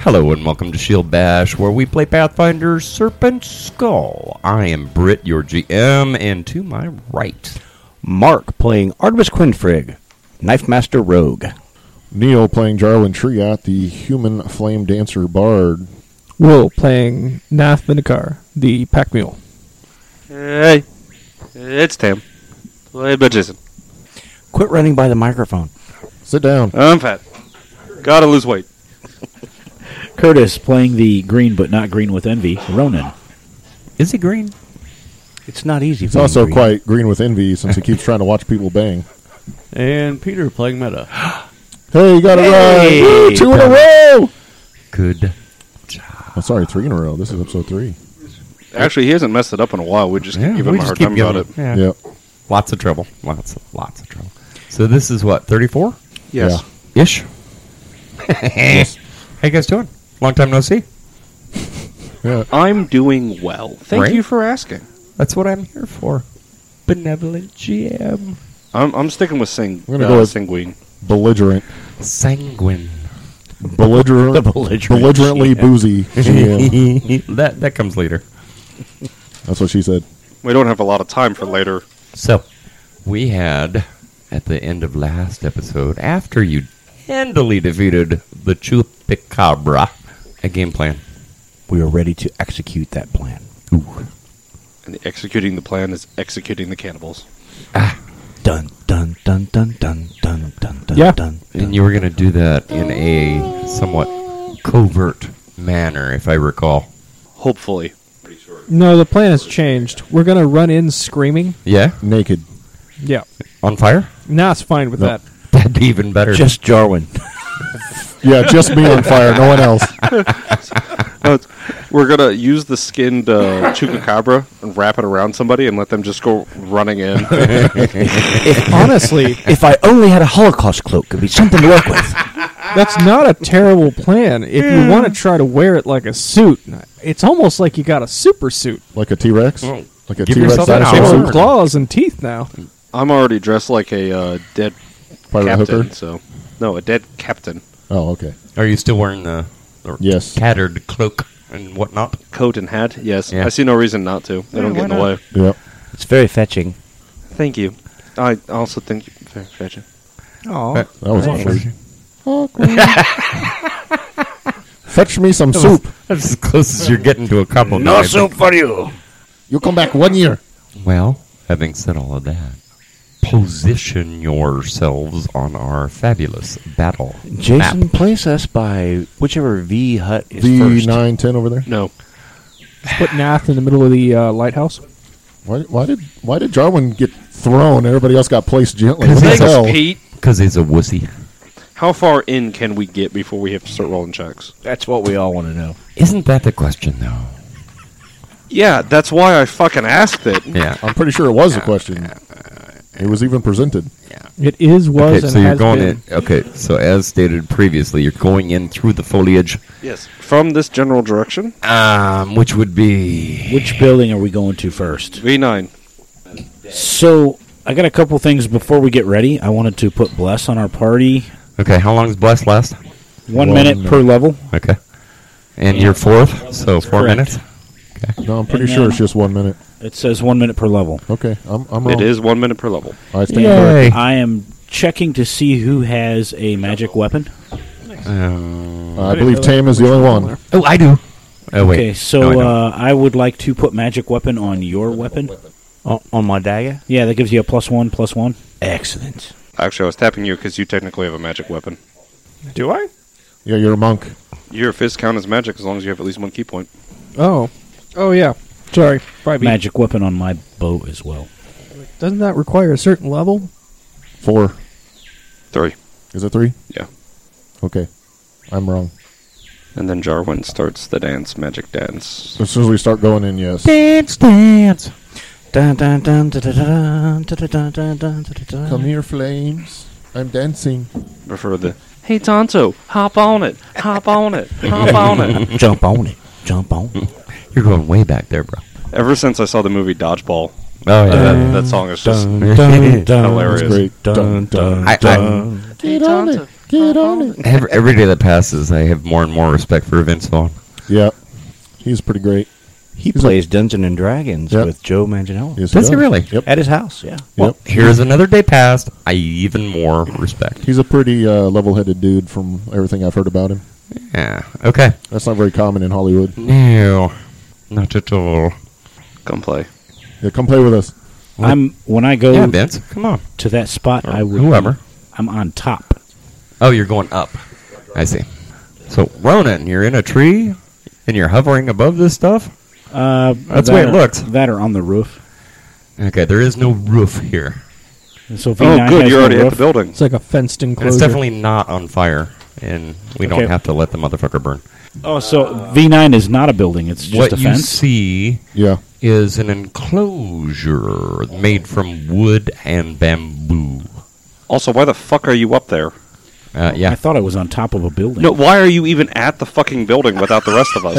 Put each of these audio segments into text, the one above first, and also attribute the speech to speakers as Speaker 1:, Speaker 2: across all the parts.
Speaker 1: Hello and welcome to Shield Bash, where we play Pathfinder Serpent Skull. I am Britt, your GM, and to my right,
Speaker 2: Mark playing Artemis Quinfrig, Knife Master Rogue.
Speaker 3: Neil playing Jarwin Triot, the human flame dancer bard.
Speaker 4: Will playing Nath Vindikar, the pack mule.
Speaker 5: Hey, it's Tim. Played by Jason.
Speaker 2: Quit running by the microphone.
Speaker 3: Sit down.
Speaker 5: I'm fat. Gotta lose weight.
Speaker 6: Curtis playing the green but not green with envy, Ronan.
Speaker 1: is he green?
Speaker 2: It's not easy.
Speaker 3: He's also quite green with envy since he keeps trying to watch people bang.
Speaker 7: And Peter playing meta.
Speaker 3: Hey, you got it
Speaker 6: Hey!
Speaker 3: right. Woo, two in a row.
Speaker 1: Good.
Speaker 3: I'm Oh, sorry, three in a row. This is episode three.
Speaker 5: Actually, he hasn't messed it up in a while. We just keep give him a hard time about it.
Speaker 1: Yeah.
Speaker 3: Yep.
Speaker 1: Lots of trouble. Lots, of, lots of trouble. So this is what thirty-four
Speaker 5: Yes.
Speaker 1: ish. How you guys doing? Long time no see.
Speaker 5: I'm doing well. Thank
Speaker 1: Right?
Speaker 5: you for asking.
Speaker 1: That's what I'm here for. Benevolent GM.
Speaker 5: I'm, I'm sticking with Sing.
Speaker 3: We're gonna
Speaker 5: uh,
Speaker 3: go with-
Speaker 5: Sanguine.
Speaker 3: Belligerent.
Speaker 1: Sanguine.
Speaker 3: Belligerent.
Speaker 6: The belligerent.
Speaker 3: belligerently boozy. GM.
Speaker 1: that that comes later.
Speaker 3: That's what she said.
Speaker 5: We don't have a lot of time for later.
Speaker 1: So, we had at the end of last episode, after you handily defeated the Chupacabra, a game plan.
Speaker 2: We are ready to execute that plan.
Speaker 5: And executing the plan is executing the cannibals.
Speaker 2: Dun dun dun dun dun dun dun dun.
Speaker 4: Yeah.
Speaker 2: Dun, dun.
Speaker 1: And you were going to do that in a somewhat covert manner, if I recall.
Speaker 5: Hopefully.
Speaker 4: No, the plan has changed. We're gonna run in screaming.
Speaker 1: Yeah?
Speaker 3: Naked.
Speaker 4: Yeah,
Speaker 1: On fire?
Speaker 4: Nath's fine with
Speaker 3: Nope.
Speaker 4: that.
Speaker 1: That'd be even better.
Speaker 2: Just Jarwin.
Speaker 3: Yeah, just me on fire. No one else.
Speaker 5: Uh, we're gonna use the skinned uh, chupacabra and wrap it around somebody and let them just go running in.
Speaker 4: Honestly,
Speaker 2: if I only had a Holocaust cloak, it'd be something to work with.
Speaker 4: that's not a terrible plan. If you want to try to wear it like a suit, it's almost like you got a super suit.
Speaker 3: Like a T Rex.
Speaker 1: Well,
Speaker 3: Like a
Speaker 1: give
Speaker 3: T Rex
Speaker 1: yourself an
Speaker 4: Big
Speaker 1: hour.
Speaker 3: dinosaur
Speaker 4: old
Speaker 1: Sure.
Speaker 3: suit.
Speaker 4: claws and teeth now.
Speaker 5: I'm already dressed like a uh, dead
Speaker 3: Pirate
Speaker 5: captain.
Speaker 3: hooker.
Speaker 5: So, no, a dead captain
Speaker 3: Oh, okay.
Speaker 1: Are you still wearing the, the
Speaker 3: Yes.
Speaker 1: tattered cloak and whatnot?
Speaker 5: coat and hat. Yes,
Speaker 1: Yeah.
Speaker 5: I see no reason not to. They
Speaker 1: Yeah,
Speaker 5: don't
Speaker 1: why
Speaker 5: get in the
Speaker 1: not?
Speaker 5: way.
Speaker 3: Yep.
Speaker 2: It's very fetching.
Speaker 5: Thank you. I also think you very fetching.
Speaker 1: Oh.
Speaker 4: Aww.
Speaker 3: That was
Speaker 1: Thanks.
Speaker 3: awkward. Fetch me some soup.
Speaker 1: That's as close as you're getting to a couple.
Speaker 6: for you.
Speaker 3: You'll come back one year.
Speaker 1: Well, having said all of that, position yourselves on our fabulous battle.
Speaker 2: Jason,
Speaker 1: map.
Speaker 2: place us by whichever V hut is
Speaker 3: V
Speaker 2: first.
Speaker 3: nine ten over there.
Speaker 5: No,
Speaker 4: Put Nath in the middle of the uh, lighthouse.
Speaker 3: Why, why did why did Jarwin get thrown? and Everybody else got placed gently. What
Speaker 1: Thanks,
Speaker 3: the hell?
Speaker 5: Pete.
Speaker 1: Because he's a wussy.
Speaker 5: How far in can we get before we have to start rolling checks?
Speaker 6: That's what we all want to know.
Speaker 1: Isn't that the question, though?
Speaker 5: Yeah, that's why I fucking asked it.
Speaker 1: Yeah.
Speaker 3: I'm pretty sure it was a question. It was even presented.
Speaker 4: It is,
Speaker 1: Okay,
Speaker 4: was, and
Speaker 1: so you're
Speaker 4: has
Speaker 1: going
Speaker 4: been.
Speaker 1: in. Okay, so as stated previously, you're going in through the foliage,
Speaker 5: Yes, from this general direction,
Speaker 1: um, which would be
Speaker 6: Which building are we going to first?
Speaker 5: V nine.
Speaker 6: So, I got a couple things before we get ready. I wanted to put Bless on our party.
Speaker 1: okay. How long is blessed last?
Speaker 6: One,
Speaker 3: One
Speaker 6: minute,
Speaker 3: minute.
Speaker 6: per level.
Speaker 1: Okay, and you're fourth, so four
Speaker 6: Correct.
Speaker 1: minutes.
Speaker 3: No, I'm pretty
Speaker 6: And
Speaker 3: sure
Speaker 6: then-
Speaker 3: it's just one minute.
Speaker 6: It says one minute per level.
Speaker 3: Okay, I'm, I'm wrong.
Speaker 5: It is one minute per level.
Speaker 3: I stand
Speaker 1: Yay.
Speaker 3: corrected.
Speaker 6: I am checking to see who has a magic weapon.
Speaker 1: Um,
Speaker 3: I believe Tam is the only one.
Speaker 1: oh, I do. Oh wait.
Speaker 6: Okay,
Speaker 1: No,
Speaker 6: so
Speaker 1: I don't.
Speaker 6: uh, I would like to put magic weapon on your weapon.
Speaker 2: O- on my dagger.
Speaker 6: Yeah, that gives you a plus one, plus one.
Speaker 2: Excellent.
Speaker 5: Actually, I was tapping you because you technically have a magic weapon.
Speaker 4: Do I?
Speaker 3: Yeah, you're a monk.
Speaker 5: Your fist count as magic as long as you have at least one key point.
Speaker 4: Oh, oh yeah. Sorry, probably.
Speaker 6: Magic weapon on my bow as well.
Speaker 4: Doesn't that require a certain level?
Speaker 3: Four.
Speaker 5: Three.
Speaker 3: Is it three?
Speaker 5: Yeah.
Speaker 3: Okay, I'm wrong.
Speaker 5: And then Jarwin starts the dance, magic dance.
Speaker 3: As soon as we start going in, yes.
Speaker 1: dance, dance.
Speaker 2: Dun, dun, dun, dun, dun, dun, dun, dun, dun, dun, dun, dun.
Speaker 3: Come here, flames. I'm dancing.
Speaker 5: Prefer the Hey Tonto, hop on it, hop on it, hop on it.
Speaker 2: Jump on it. Jump on it.
Speaker 1: You're going way back there, bro.
Speaker 5: Ever since I saw the movie Dodgeball,
Speaker 1: Oh yeah.
Speaker 5: that, that song is just
Speaker 2: Dun, dun, dun,
Speaker 5: hilarious.
Speaker 3: Great.
Speaker 2: dun, dun,
Speaker 1: I, I,
Speaker 2: dun.
Speaker 3: Get on it. Get on it.
Speaker 1: Every, every day that passes, I have more and more respect for Vince Vaughn.
Speaker 3: Yeah, he's pretty great.
Speaker 2: He plays Dungeon and Dragons
Speaker 3: Yep.
Speaker 2: with Joe Manganiello
Speaker 3: Yes,
Speaker 1: Does he really?
Speaker 3: Yep.
Speaker 2: at his house. Yeah,
Speaker 1: Well,
Speaker 3: yep.
Speaker 1: here's another day passed. I even more respect.
Speaker 3: He's a pretty uh, level-headed dude from everything I've heard about him.
Speaker 1: Yeah. Okay.
Speaker 3: That's not very common in Hollywood.
Speaker 1: No, not at all.
Speaker 5: Come play.
Speaker 3: Yeah, come play with us.
Speaker 6: I'm when I go
Speaker 1: Yeah, Vince, come on.
Speaker 6: to that spot, I would
Speaker 1: whoever.
Speaker 6: I'm on top.
Speaker 1: Oh, you're going up. I see. So, Ronan, you're in a tree and you're hovering above this stuff?
Speaker 6: Uh,
Speaker 1: That's
Speaker 6: that
Speaker 1: the way it
Speaker 6: or-
Speaker 1: looks.
Speaker 6: That are on the roof.
Speaker 1: Okay, there is no roof here.
Speaker 6: And So
Speaker 5: Oh,
Speaker 6: V9
Speaker 5: good.
Speaker 6: has
Speaker 5: You're
Speaker 6: no
Speaker 5: already at
Speaker 6: roof.
Speaker 5: the building.
Speaker 4: It's like a fenced
Speaker 1: And
Speaker 4: enclosure.
Speaker 1: it's definitely not on fire, and we
Speaker 6: Okay.
Speaker 1: don't have to let the motherfucker burn.
Speaker 6: Oh, so V9 is not a building. It's just
Speaker 1: what
Speaker 6: a
Speaker 1: you
Speaker 6: fence.
Speaker 1: see
Speaker 3: Yeah,
Speaker 1: is an enclosure made from wood and bamboo.
Speaker 5: Also, why the fuck are you up there?
Speaker 1: Uh, yeah.
Speaker 6: I thought I was on top of a building.
Speaker 5: No, why are you even at the fucking building without the rest of us?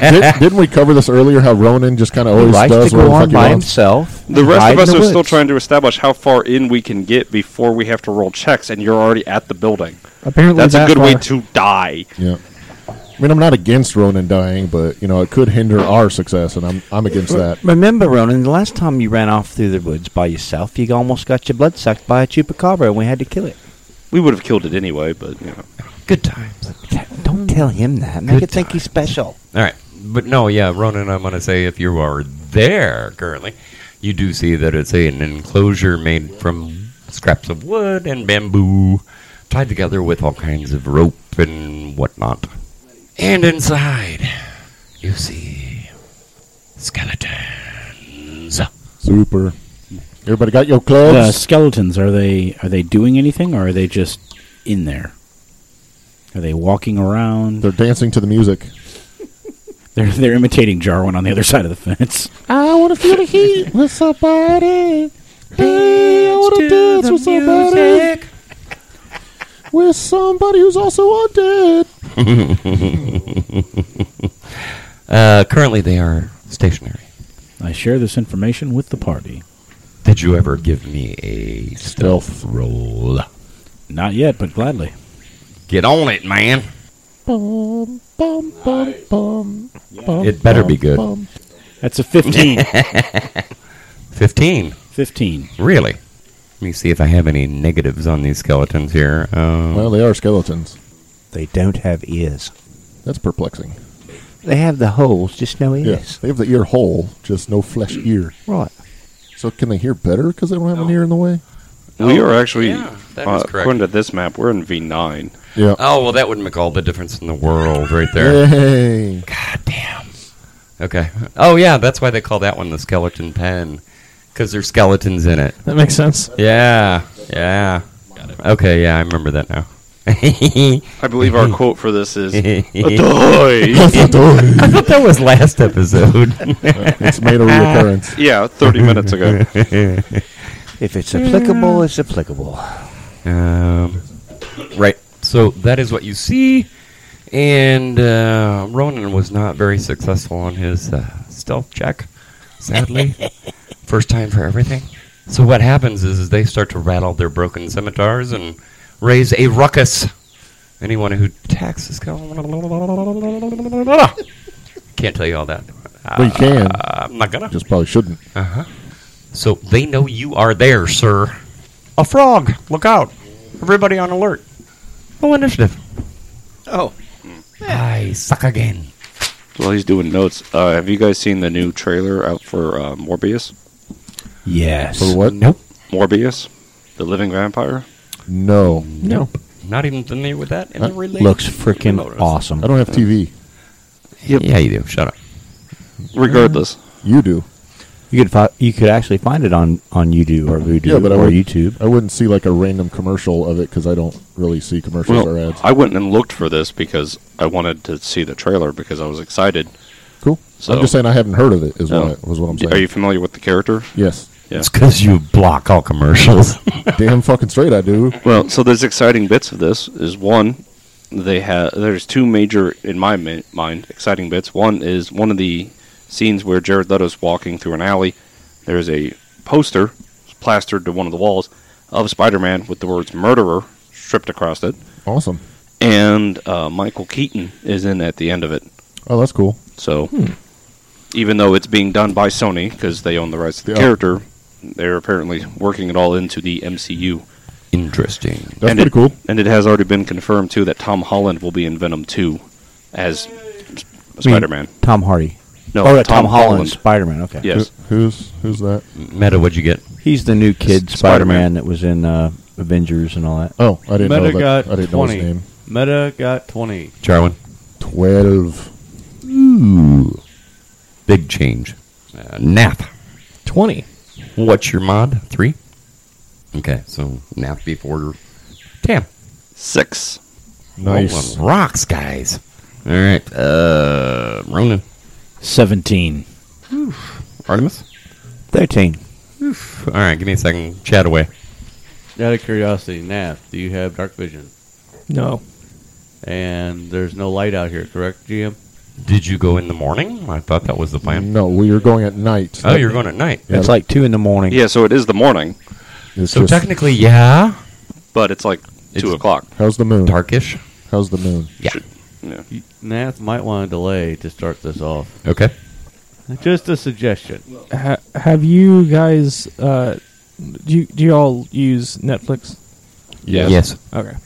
Speaker 3: Did, didn't we cover this earlier? How Ronan just kind of
Speaker 2: he
Speaker 3: always
Speaker 2: likes
Speaker 3: does
Speaker 2: to
Speaker 3: whatever
Speaker 2: go
Speaker 3: the fuck
Speaker 2: on
Speaker 3: he
Speaker 2: by
Speaker 3: wants.
Speaker 2: himself.
Speaker 5: The
Speaker 2: hide
Speaker 5: rest of
Speaker 2: in
Speaker 5: us
Speaker 2: the
Speaker 5: are still
Speaker 2: woods.
Speaker 5: trying to establish how far in we can get before we have to roll checks, and you're already at the building.
Speaker 4: Apparently,
Speaker 5: That's a
Speaker 4: that
Speaker 5: good way
Speaker 4: far.
Speaker 5: to die.
Speaker 3: Yeah. I mean, I'm not against Ronan dying, but you know, it could hinder our success, and I'm I'm against that.
Speaker 2: Remember, Ronan, the last time you ran off through the woods by yourself, you almost got your blood sucked by a chupacabra, and we had to kill it.
Speaker 5: We would have killed it anyway, but you know.
Speaker 1: Good times.
Speaker 2: Don't tell him that. Make
Speaker 1: Good
Speaker 2: it think he's special.
Speaker 1: All right. But no, yeah, Ronan, I'm going to say if you are there currently, you do see that it's an enclosure made from scraps of wood and bamboo, tied together with all kinds of rope and whatnot. And inside, you see skeletons.
Speaker 3: Super. Everybody got your
Speaker 6: the
Speaker 3: clubs?
Speaker 6: skeletons are they are they doing anything or are they just in there? Are they walking around?
Speaker 3: They're dancing to the music.
Speaker 6: They're they're imitating Jarwin on the other side of the fence.
Speaker 3: I want to feel the heat with somebody. Hey, I want to dance with
Speaker 4: eh?
Speaker 3: somebody. With somebody who's also undead.
Speaker 1: Uh, currently, they are stationary.
Speaker 6: I share this information with the party.
Speaker 1: Did you ever give me a stealth roll?
Speaker 6: Not yet, but gladly.
Speaker 1: Get on it, man.
Speaker 3: Bum, bum, bum, bum, bum,
Speaker 1: It better be
Speaker 3: bum,
Speaker 1: good.
Speaker 3: bum.
Speaker 6: That's a 15.
Speaker 1: 15.
Speaker 6: 15.
Speaker 1: Really? Let me see if I have any negatives on these skeletons here. Uh,
Speaker 3: Well, they are skeletons.
Speaker 2: They don't have ears.
Speaker 3: That's perplexing.
Speaker 2: They have the holes, just no
Speaker 3: Yes.
Speaker 2: ears.
Speaker 3: They have the ear hole, just no flesh ear.
Speaker 2: Right.
Speaker 3: So can they hear better because they don't have an ear in the way?
Speaker 5: we are actually,
Speaker 1: Oh, yeah, that
Speaker 5: uh,
Speaker 1: is correct.
Speaker 5: according to this map, we're in V9.
Speaker 2: Uh,
Speaker 3: Yeah.
Speaker 1: oh, well, that would make all the difference in the world right there.
Speaker 3: Hey.
Speaker 1: God damn. Okay. Oh, yeah, that's why they call that one the skeleton pen. Because there's skeletons in it.
Speaker 4: That makes sense.
Speaker 1: Yeah. Yeah. Okay, yeah, I remember that now. I
Speaker 5: I believe our quote for this is
Speaker 1: thought that was last episode.
Speaker 3: it's made a reoccurrence.
Speaker 5: yeah, 30 minutes ago.
Speaker 2: If it's applicable, it's applicable.
Speaker 1: Um, right. So that is what you see. And uh, Ronan was not very successful on his uh, stealth check, sadly. First time for everything. So what happens is, is they start to rattle their broken scimitars and raise a ruckus. Anyone who attacks is going. Can't tell you all that.
Speaker 3: Well, you can.
Speaker 1: I'm not gonna.
Speaker 3: Just probably shouldn't.
Speaker 1: So they know you are there, sir. A frog! Look out! Everybody on alert. Full initiative.
Speaker 2: Oh.
Speaker 1: I suck again.
Speaker 5: While he's doing notes, uh, have you guys seen the new trailer out for uh, Morbius?
Speaker 3: For
Speaker 6: Yes.
Speaker 3: what?
Speaker 1: Nope.
Speaker 5: Morbius? The Living Vampire?
Speaker 3: No.
Speaker 4: No.
Speaker 1: Not even familiar with that. And
Speaker 3: Uh,
Speaker 1: the relation-
Speaker 6: Looks freaking
Speaker 1: Notice.
Speaker 6: awesome.
Speaker 3: I don't have TV.
Speaker 1: Yeah, you do. Shut up.
Speaker 5: Regardless.
Speaker 3: You do.
Speaker 2: You could fi- you could actually find it on on YouTube or Voodoo
Speaker 3: Yeah, but I
Speaker 2: or
Speaker 3: would-
Speaker 2: YouTube.
Speaker 3: I wouldn't see like a random commercial of it because I don't really see commercials or
Speaker 5: Well,
Speaker 3: ads.
Speaker 5: I went and looked for this because I wanted to see the trailer because I was excited.
Speaker 3: cool.
Speaker 5: So-
Speaker 3: I'm just saying I haven't heard of it. Is
Speaker 5: No.
Speaker 3: what I, was what I'm
Speaker 5: D-
Speaker 3: saying.
Speaker 5: Are you familiar with the character?
Speaker 3: yes.
Speaker 5: Yeah.
Speaker 1: It's because you block all commercials.
Speaker 3: Damn fucking straight I do.
Speaker 5: Well, so there's exciting bits of this. Is one, they have there's two major in my mi- mind exciting bits. One is one of the scenes where Jared Leto's walking through an alley. There's a poster plastered to one of the walls of Spider-Man with the words "murderer" stripped across it,
Speaker 3: Awesome.
Speaker 5: and uh, Michael Keaton is in at the end of it.
Speaker 3: Oh, that's cool.
Speaker 5: So, even though it's being done by Sony because they own the rights to the
Speaker 3: Yeah.
Speaker 5: character, they're apparently working it all into the MCU.
Speaker 1: Interesting.
Speaker 3: That's
Speaker 5: And
Speaker 3: pretty
Speaker 5: it-
Speaker 3: cool.
Speaker 5: And it has already been confirmed too that Tom Holland will be in Venom 2 as Spider-Man.
Speaker 2: Tom Hardy.
Speaker 5: No,
Speaker 2: oh,
Speaker 5: Tom, Holland.
Speaker 2: Spider Man. Okay.
Speaker 5: Yes.
Speaker 3: Who- Who's who's that?
Speaker 1: Meta, what'd you get?
Speaker 2: He's the new kid
Speaker 5: S-
Speaker 2: Spider
Speaker 5: Spider-Man.
Speaker 2: Man that was in uh, Avengers and all that.
Speaker 3: Oh, I didn't know
Speaker 7: Meta
Speaker 3: that.
Speaker 7: got
Speaker 3: I didn't
Speaker 7: 20.
Speaker 3: know his name.
Speaker 7: Meta got 20.
Speaker 1: Charwin?
Speaker 3: Twelve.
Speaker 1: Ooh. Big change. Uh, Nath,
Speaker 4: Twenty.
Speaker 1: what's your mod? Three? Okay, so Nath before Tam.
Speaker 5: Six.
Speaker 3: Nice.
Speaker 1: Rolling rocks, guys. All right. Uh, Ronan.
Speaker 6: 17.
Speaker 1: Artemis?
Speaker 2: 13.
Speaker 1: All right, give me a second. Chat away.
Speaker 7: Out of curiosity, Nath, do you have dark vision?
Speaker 4: No.
Speaker 7: And there's no light out here, correct, GM?
Speaker 1: Did you go in the morning? I thought that was the plan.
Speaker 3: No, we are going at night.
Speaker 1: Oh, you're going at night.
Speaker 3: Mm. Yeah,
Speaker 2: It's like 2 in the morning.
Speaker 5: Yeah, so it is the morning,
Speaker 3: It's
Speaker 1: So
Speaker 3: just-
Speaker 1: technically, yeah.
Speaker 5: but it's like
Speaker 1: It's-
Speaker 5: two o'clock.
Speaker 3: How's the moon?
Speaker 1: Darkish.
Speaker 3: How's the moon?
Speaker 1: Yeah.
Speaker 5: Yeah.
Speaker 7: You- Nath might want to delay to start this off.
Speaker 1: Okay.
Speaker 7: Just a suggestion.
Speaker 4: Ha- have you guys? Uh, do you, do you all use Netflix?
Speaker 1: Yes. yes.
Speaker 4: Okay.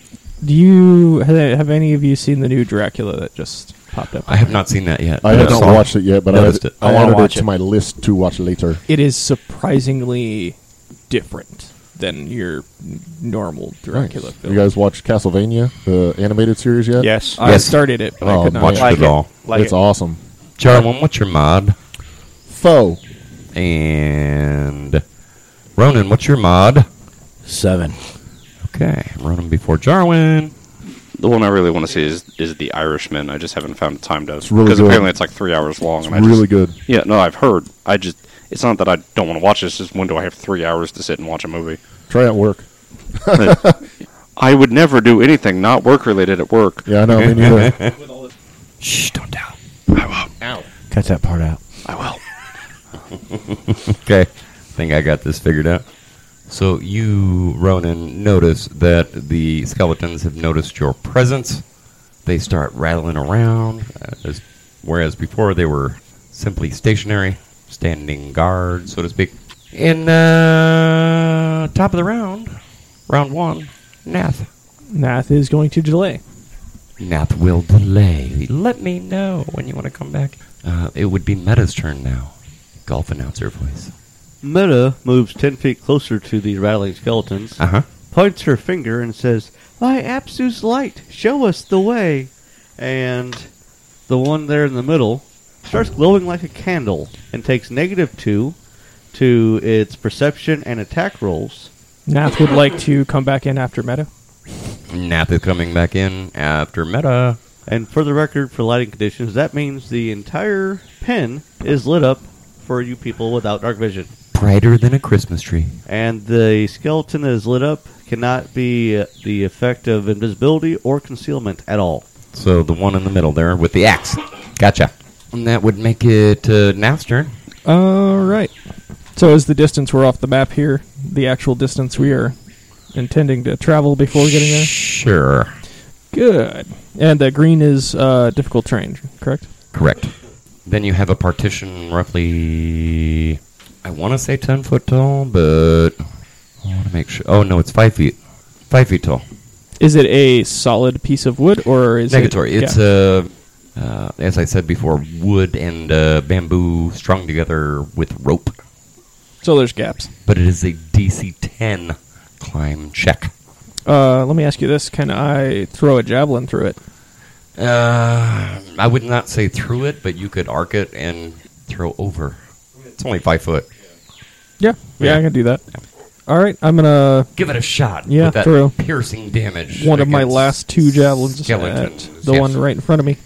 Speaker 4: Do you ha- have any of you seen the new Dracula that just popped up?
Speaker 1: I have not seen that yet.
Speaker 3: I
Speaker 1: Yeah.
Speaker 3: haven't
Speaker 1: Saw
Speaker 3: watched it yet, but I,
Speaker 1: Noticed
Speaker 3: added-
Speaker 1: it.
Speaker 3: I,
Speaker 2: I wanna
Speaker 3: added it
Speaker 2: watch
Speaker 3: to
Speaker 2: it.
Speaker 3: my list to watch later.
Speaker 4: It is surprisingly different than your normal Dracula
Speaker 3: Nice.
Speaker 4: film.
Speaker 3: You guys watched Castlevania, the animated series yet?
Speaker 2: Yes.
Speaker 4: I
Speaker 1: Yes.
Speaker 4: started it, but I
Speaker 3: Oh,
Speaker 4: could not.
Speaker 1: Watched
Speaker 2: Like
Speaker 1: it,
Speaker 2: it.
Speaker 1: all.
Speaker 2: Like
Speaker 3: it's
Speaker 2: it.
Speaker 3: awesome.
Speaker 1: Jarwin, what's your mod?
Speaker 3: Foe.
Speaker 1: And Ronan, what's your mod?
Speaker 6: 7.
Speaker 1: Okay, Ronan before Jarwin.
Speaker 5: The one I really want to see is is The Irishman. I just haven't found the time to.
Speaker 3: It's really
Speaker 5: Because
Speaker 3: good.
Speaker 5: apparently it's like three hours long.
Speaker 3: It's
Speaker 5: and I
Speaker 3: really
Speaker 5: just,
Speaker 3: good.
Speaker 5: Yeah, no, I've heard. I just. It's not that I don't want to watch it. It's just when do I have three hours to sit and watch a movie?
Speaker 3: Try it at work.
Speaker 5: I would never do anything not work related at work.
Speaker 3: Yeah, I know. Me neither.
Speaker 1: Shh, don't tell.
Speaker 2: Cut that part out.
Speaker 5: I will.
Speaker 1: Okay, I think I got this figured out. So you, Ronan, notice that the skeletons have noticed your presence. They start rattling around, uh, as, whereas before they were simply stationary, standing guard, so to speak. In uh, top of the round, round one, Nath.
Speaker 4: Nath is going to delay.
Speaker 1: Nath will delay. Let me know when you want to come back. Uh, it would be Meta's turn now. Golf announcer voice.
Speaker 7: Meta uh, moves 10 feet closer to the rattling skeletons,
Speaker 1: Uh huh.
Speaker 7: points her finger, and says, By Apsu's light, show us the way. And the one there in the middle starts glowing like a candle and takes negative 2 to its perception and attack rolls.
Speaker 4: Nath would like to come back in after Meta.
Speaker 1: Nath is coming back in after Meta.
Speaker 7: And for the record, for lighting conditions, that means the entire pen is lit up for you people without dark vision.
Speaker 1: Brighter than a Christmas tree.
Speaker 7: And the skeleton that is lit up cannot be uh, the effect of invisibility or concealment at all.
Speaker 1: So the one in the middle there with the axe. Gotcha. And that would make it uh, Nath's turn.
Speaker 4: All right. So is the distance we're off the map here? The actual distance we are intending to travel before getting there?
Speaker 1: Sure.
Speaker 4: Good. And the green is uh, difficult terrain, correct?
Speaker 1: Correct. Then you have a partition roughly, I want to say 10 foot tall, but I want to make sure. Oh, no, it's 5 feet. 5 feet tall.
Speaker 4: Is it a solid piece of wood or is
Speaker 1: Negatory.
Speaker 4: it?
Speaker 1: It's uh uh, as I said before, wood and uh, bamboo strung together with rope.
Speaker 4: so there's gaps.
Speaker 1: But it is a DC 10 climb check.
Speaker 4: Uh, let me ask you this: Can I throw a javelin through it?
Speaker 1: Uh, I would not say through it, but you could arc it and throw over. It's only five foot.
Speaker 4: Yeah, yeah,
Speaker 1: Yeah.
Speaker 4: I can do that. All right, I'm gonna
Speaker 1: Give it a shot.
Speaker 4: Yeah,
Speaker 1: with that
Speaker 4: throw.
Speaker 1: piercing damage.
Speaker 4: one of my
Speaker 1: against
Speaker 4: last two javelins at
Speaker 1: skeletons.
Speaker 4: the
Speaker 1: Yes.
Speaker 4: one right in front of me.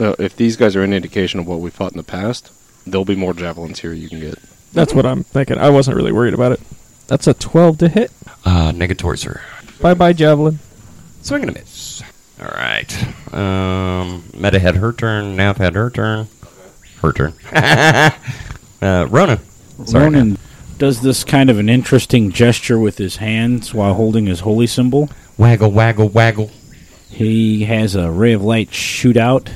Speaker 5: Uh, if these guys are any indication of what we fought in the past, there'll be more javelins here you can get.
Speaker 4: That's what I'm thinking. I wasn't really worried about it. That's a 12 to hit.
Speaker 1: Uh, negatory, sir.
Speaker 4: Bye bye, javelin.
Speaker 1: Swing and a miss. All right. Um, Meta had her turn. Nav had her turn. Her turn. uh, Ronan. Sorry.
Speaker 6: Ronan does this kind of an interesting gesture with his hands while holding his holy symbol.
Speaker 1: Waggle, waggle, waggle.
Speaker 6: He has a ray of light shootout.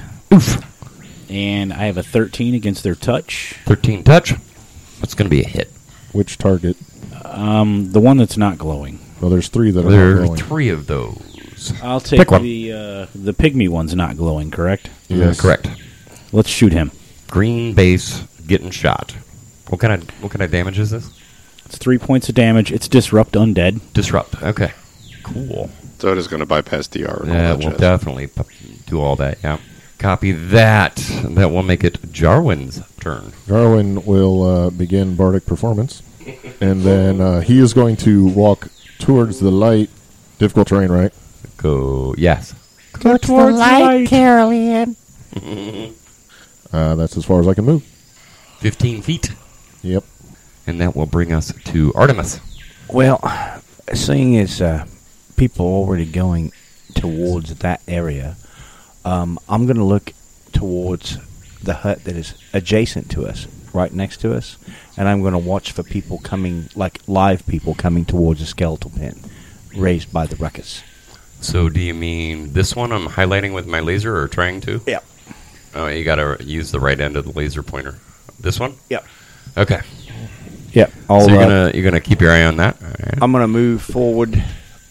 Speaker 6: And I have a 13 against their touch.
Speaker 1: 13 touch. That's going to be a hit.
Speaker 3: Which target?
Speaker 6: Um, the one that's not glowing.
Speaker 3: Well, there's three that are
Speaker 1: there
Speaker 3: not
Speaker 1: are
Speaker 3: going.
Speaker 1: three of those.
Speaker 6: I'll take
Speaker 1: Pick one.
Speaker 6: the uh, the pygmy one's not glowing. Correct.
Speaker 3: Yes.
Speaker 1: Uh, Correct.
Speaker 6: Let's shoot him.
Speaker 1: Green base getting shot. What kind of what kind of damage is this?
Speaker 6: It's three points of damage. It's disrupt undead.
Speaker 1: Disrupt. Okay. Cool.
Speaker 5: So it is going to bypass DR. and all
Speaker 1: Yeah,
Speaker 5: that
Speaker 1: we'll
Speaker 5: jazz.
Speaker 1: definitely p- do all that. Yeah. Copy that. That will make it Jarwin's turn.
Speaker 3: Garwin will uh, begin bardic performance, and then uh, he is going to walk towards the light. Difficult terrain, right?
Speaker 1: Go. Yes.
Speaker 3: Uh, that's as far as I can move.
Speaker 1: Fifteen feet,
Speaker 3: Yep.
Speaker 1: and that will bring us to Artemis.
Speaker 2: Well, seeing as uh, people are already going towards that area, um, I'm going to look towards the hut that is adjacent to us, right next to us, and I'm going to watch for people coming, like live people coming towards the skeletal pin raised by the ruckus.
Speaker 1: So, do you mean this one I'm highlighting with my laser, or trying to?
Speaker 2: Yep.
Speaker 1: Oh, you gotta use the right end of the laser pointer. This one?
Speaker 2: Yep.
Speaker 1: Okay.
Speaker 2: Yep. I'll,
Speaker 1: so you're
Speaker 2: uh,
Speaker 1: gonna you're gonna keep your eye on that. All right.
Speaker 2: I'm going to move forward,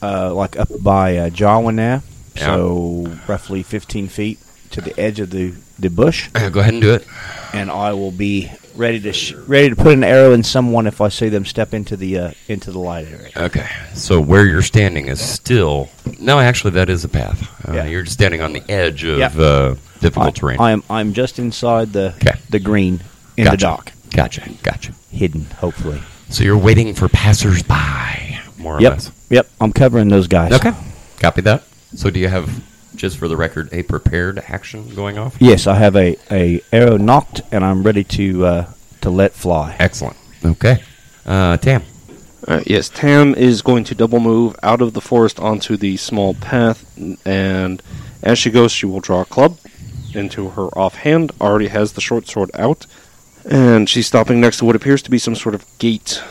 Speaker 2: uh, like up by uh, Jarwin there,
Speaker 1: Yeah.
Speaker 2: so roughly 15 feet to the edge of the, the bush.
Speaker 1: Uh, Go ahead and do it.
Speaker 2: and I will be ready to sh- ready to put an arrow in someone if I see them step into the uh, into the light area.
Speaker 1: Okay. So where you're standing is still no. Actually, that is a path. Uh,
Speaker 2: Yeah.
Speaker 1: You're just standing on the edge of
Speaker 2: Yep.
Speaker 1: uh, difficult
Speaker 2: I,
Speaker 1: terrain.
Speaker 2: I am I'm just inside the
Speaker 1: 'Kay.
Speaker 2: the green in
Speaker 1: Gotcha.
Speaker 2: the dark,
Speaker 1: Gotcha. Gotcha.
Speaker 2: hidden hopefully.
Speaker 1: So you're waiting for passersby, more or
Speaker 2: Yep,
Speaker 1: less.
Speaker 2: yep. I'm covering those guys.
Speaker 1: Okay. Copy that. So do you have, just for the record, a prepared action going off?
Speaker 2: Yes, I have a, a arrow knocked, and I'm ready to uh, to let fly.
Speaker 1: Excellent. Okay. Uh, Tam.
Speaker 5: Uh, yes, Tam is going to double move out of the forest onto the small path, and as she goes, she will draw a club into her offhand. Already has the short sword out, and she's stopping next to what appears to be some sort of gate.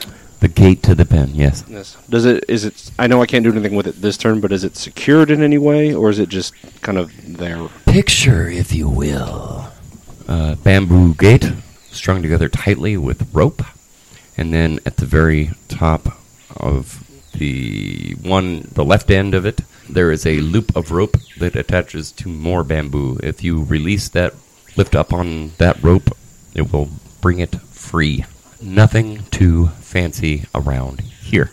Speaker 1: The gate to the pen. Yes.
Speaker 5: Yes. Does it? Is it? I know I can't do anything with it this turn, but is it secured in any way, or is it just kind of there?
Speaker 1: Picture, if you will, a Uh, bamboo gate strung together tightly with rope, and then at the very top of the one, the left end of it, there is a loop of rope that attaches to more bamboo. If you release that, lift up on that rope, it will bring it free. Nothing too fancy around here.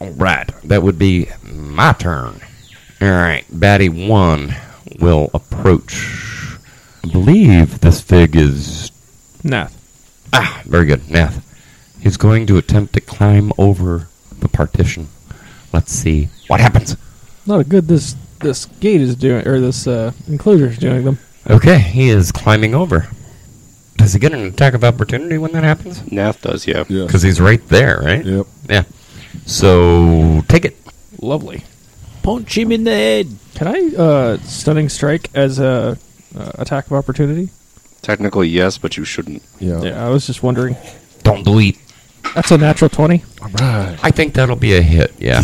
Speaker 1: All right, that would be my turn. All right, Batty One will approach. I believe this fig is
Speaker 4: Nath.
Speaker 1: ah very good. Nath, he's going to attempt to climb over the partition. Let's see what happens.
Speaker 4: Not a good this this gate is doing or this uh, enclosure is doing them.
Speaker 1: Okay, he is climbing over. Does he get an attack of opportunity when that happens?
Speaker 5: Nath does, yeah.
Speaker 3: Yeah.
Speaker 1: Because he's right there, right?
Speaker 3: Yep.
Speaker 1: Yeah. So take it.
Speaker 4: Lovely.
Speaker 6: Punch him in the head.
Speaker 4: Can I uh, stunning strike as a uh, attack of opportunity?
Speaker 5: Technically, yes, but you shouldn't.
Speaker 3: Yeah.
Speaker 4: Yeah, I was just wondering.
Speaker 1: Don't do it.
Speaker 4: That's a natural twenty.
Speaker 3: All right.
Speaker 1: I think that'll be a hit. Yeah.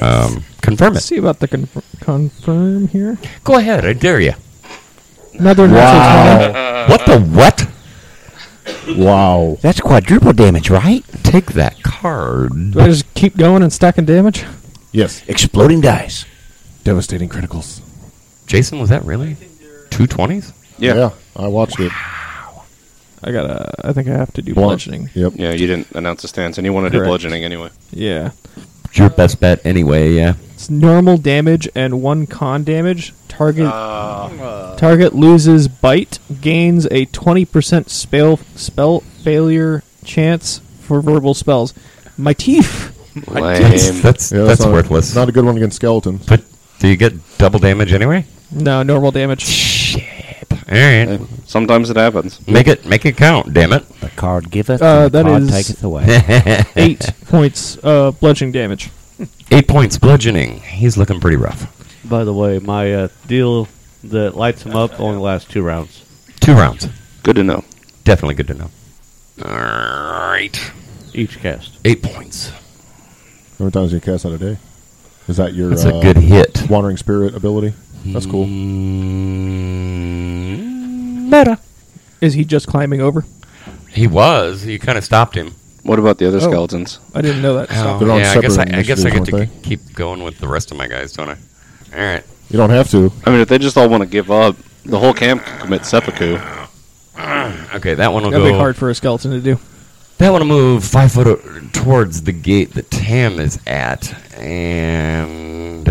Speaker 1: Um, confirm
Speaker 4: Let's
Speaker 1: it.
Speaker 4: see about the conf- confirm here.
Speaker 1: Go ahead. I dare you.
Speaker 4: Another natural twenty.
Speaker 1: What the what?
Speaker 3: Wow.
Speaker 2: That's quadruple damage, right?
Speaker 1: Take that card.
Speaker 4: Do I just keep going and stacking damage?
Speaker 3: Yes.
Speaker 2: Exploding dice.
Speaker 3: Devastating criticals.
Speaker 1: Jason, was that really? Two twenties?
Speaker 5: Yeah. yeah.
Speaker 3: I watched it.
Speaker 4: I gotta. I think I have to do
Speaker 3: Blunt.
Speaker 4: bludgeoning.
Speaker 3: Yep.
Speaker 5: you didn't announce a stance, and you want to do
Speaker 4: Correct.
Speaker 5: bludgeoning anyway.
Speaker 4: Yeah,
Speaker 1: Your best bet anyway, yeah.
Speaker 4: it's normal damage and one con damage. Target target loses bite, gains a twenty percent spell spell failure chance for verbal spells. My teeth.
Speaker 1: That's
Speaker 5: Lame.
Speaker 1: that's,
Speaker 3: Yeah,
Speaker 1: that's
Speaker 3: not a-
Speaker 1: worthless.
Speaker 3: not a good one against skeletons.
Speaker 1: but do you get double damage anyway?
Speaker 4: No normal damage.
Speaker 1: Shit. Alright.
Speaker 5: Sometimes it happens.
Speaker 1: Make it make it count, damn it.
Speaker 2: The card giveth,
Speaker 4: Uh,
Speaker 2: and the
Speaker 4: that
Speaker 2: card
Speaker 4: is-
Speaker 2: taketh away.
Speaker 4: Eight points uh, bludgeoning damage.
Speaker 1: Eight points bludgeoning. He's looking pretty rough.
Speaker 7: By the way, my uh, deal that lights him up only lasts two rounds.
Speaker 1: Two rounds.
Speaker 5: Good to know.
Speaker 1: Definitely good to know. Alright.
Speaker 7: Each cast.
Speaker 1: Eight points.
Speaker 3: How many times do you cast that a day? Is that your
Speaker 1: That's
Speaker 3: uh,
Speaker 1: a good hit.
Speaker 3: Wandering Spirit ability? That's cool.
Speaker 1: Mm, meta.
Speaker 4: Is he just climbing over?
Speaker 1: He was. You kind of stopped him.
Speaker 5: What about the other skeletons?
Speaker 4: I didn't know that. Stop.
Speaker 3: They're on
Speaker 1: yeah, I guess I,
Speaker 3: separate
Speaker 1: I guess I get
Speaker 3: initiatives,
Speaker 1: to
Speaker 3: aren't
Speaker 1: k- keep going with the rest of my guys, don't I? All right.
Speaker 3: You don't have to.
Speaker 5: I mean, if they just all want to give up, the whole camp can commit seppuku.
Speaker 1: Okay, that one will
Speaker 4: That'd
Speaker 1: go.
Speaker 4: be hard for a skeleton to do.
Speaker 1: That one will move five foot o- towards the gate that Tam is at and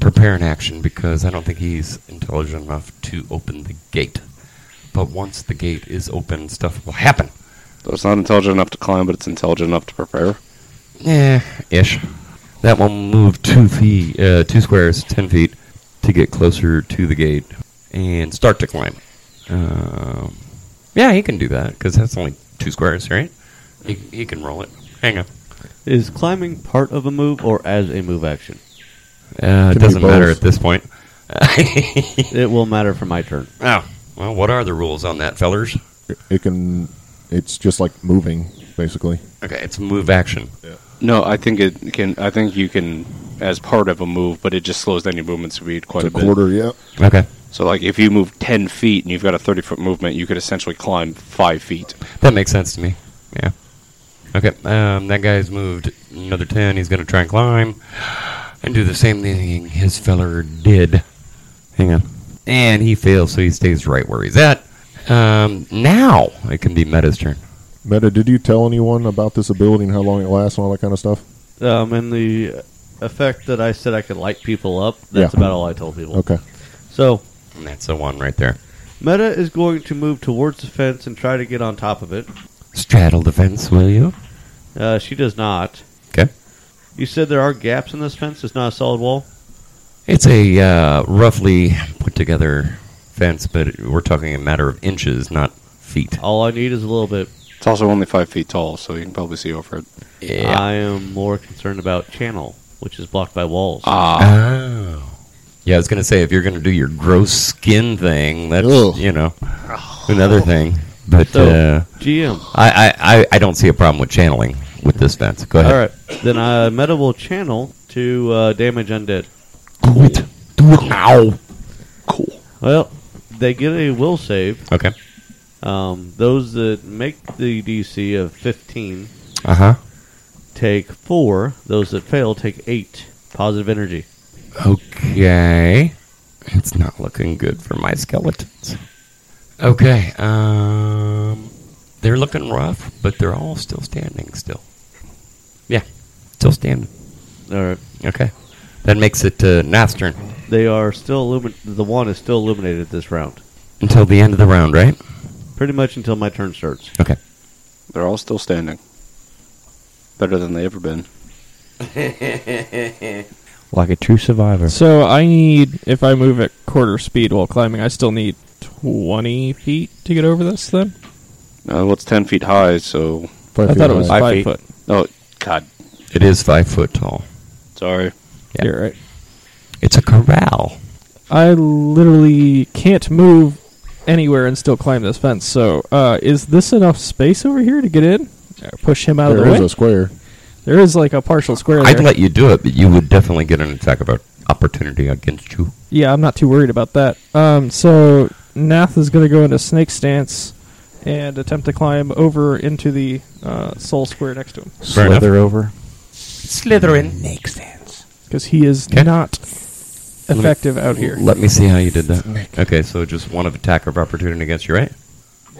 Speaker 1: prepare an action because I don't think he's intelligent enough to open the gate. But once the gate is open, stuff will happen.
Speaker 5: So it's not intelligent enough to climb, but it's intelligent enough to prepare.
Speaker 1: Eh, ish. That one will move two feet, uh, two squares, ten feet, to get closer to the gate and start to climb. Um, yeah, he can do that because that's only two squares, right? He, he can roll it. Hang on.
Speaker 7: Is climbing part of a move or as a move action?
Speaker 1: Uh,
Speaker 3: Can
Speaker 1: it
Speaker 3: be
Speaker 1: doesn't matter
Speaker 3: both.
Speaker 1: at this point.
Speaker 7: it will matter for my turn.
Speaker 1: oh, well, what are the rules on that, fellers?
Speaker 3: It, it can. It's just like moving, basically.
Speaker 1: Okay, it's move action.
Speaker 5: No, I think it can. I think you can as part of a move, but it just slows down your movement speed quite
Speaker 3: It's
Speaker 5: a,
Speaker 3: a
Speaker 5: bit.
Speaker 3: quarter, yeah.
Speaker 1: Okay,
Speaker 5: So, like, if you move ten feet and you've got a thirty foot movement, you could essentially climb five feet.
Speaker 1: that makes sense to me. Yeah. Okay, um, that guy's moved another ten. He's going to try and climb and do the same thing his feller did. Hang on. And he fails, so he stays right where he's at. Um, now it can be Meta's turn.
Speaker 3: Meta, did you tell anyone about this ability and how long it lasts and all that kind of stuff?
Speaker 7: Um, and the effect that I said I could light people up, that's
Speaker 3: Yeah.
Speaker 7: about all I told people.
Speaker 3: Okay.
Speaker 7: So,
Speaker 1: And that's the one right there.
Speaker 7: Meta is going to move towards the fence and try to get on top of it.
Speaker 1: Straddle the fence, will you?
Speaker 7: Uh, she does not.
Speaker 1: Okay.
Speaker 7: You said there are gaps in this fence. It's not a solid wall.
Speaker 1: It's a uh, roughly put together fence, but it- we're talking a matter of inches, not feet.
Speaker 7: All I need is a little bit.
Speaker 5: It's also only five feet tall, so you can probably see over it.
Speaker 7: I am more concerned about channel, which is blocked by walls.
Speaker 3: Uh,
Speaker 5: Ah,
Speaker 1: Oh. Yeah, I was gonna say if you're gonna do your gross skin thing, that's
Speaker 3: Ugh.
Speaker 1: you know another thing. But
Speaker 7: So-
Speaker 1: uh,
Speaker 7: GM.
Speaker 1: I, I, I I don't see a problem with channeling with this fence. Go ahead.
Speaker 7: All right. Then uh, Meta will channel to uh, damage undead.
Speaker 1: Do it. Do it now.
Speaker 5: cool.
Speaker 7: Well, they get a will save.
Speaker 1: Okay.
Speaker 7: Um, those that make the DC of 15
Speaker 1: Uh huh.
Speaker 7: take 4. Those that fail take 8 positive energy.
Speaker 1: Okay. It's not looking good for my skeletons. Okay. Um, they're looking rough, but they're all still standing. Still. Yeah, still standing.
Speaker 7: All right.
Speaker 1: Okay. That makes it uh, Nath's turn
Speaker 7: They are still illumin- the one is still illuminated this round.
Speaker 1: until the end of the round, right?
Speaker 7: Pretty much until my turn starts.
Speaker 1: Okay.
Speaker 5: They're all still standing. Better than they ever been.
Speaker 2: Like a true survivor.
Speaker 4: So I need, if I move at quarter speed while climbing, I still need 20 feet to get over this then?
Speaker 5: Uh, well, it's ten feet high, so
Speaker 3: Five
Speaker 4: I thought it
Speaker 3: feet
Speaker 4: was
Speaker 3: high.
Speaker 4: five,
Speaker 2: Five feet.
Speaker 4: foot.
Speaker 5: oh god,
Speaker 1: It is five foot tall.
Speaker 5: sorry.
Speaker 1: Yeah.
Speaker 4: You're right.
Speaker 1: It's a corral.
Speaker 4: I literally can't move anywhere and still climb this fence. So, uh, is this enough space over here to get in? Uh, Push him out of
Speaker 3: There
Speaker 4: the
Speaker 3: is
Speaker 4: way.
Speaker 3: a square.
Speaker 4: there is like a partial square
Speaker 1: I'd
Speaker 4: there.
Speaker 1: let you do it, but you would definitely get an attack of op- opportunity against you.
Speaker 4: yeah, I'm not too worried about that. Um, so Nath is going to go into snake stance and attempt to climb over into the uh, soul square next to him
Speaker 1: Fair enough.
Speaker 2: Slither over.
Speaker 1: Slytherin.
Speaker 2: Makes sense.
Speaker 4: because he is
Speaker 1: Okay.
Speaker 4: not
Speaker 1: Let me-
Speaker 4: effective out here.
Speaker 1: Let me see how you did that. Okay, so just one of attack of opportunity against you, right?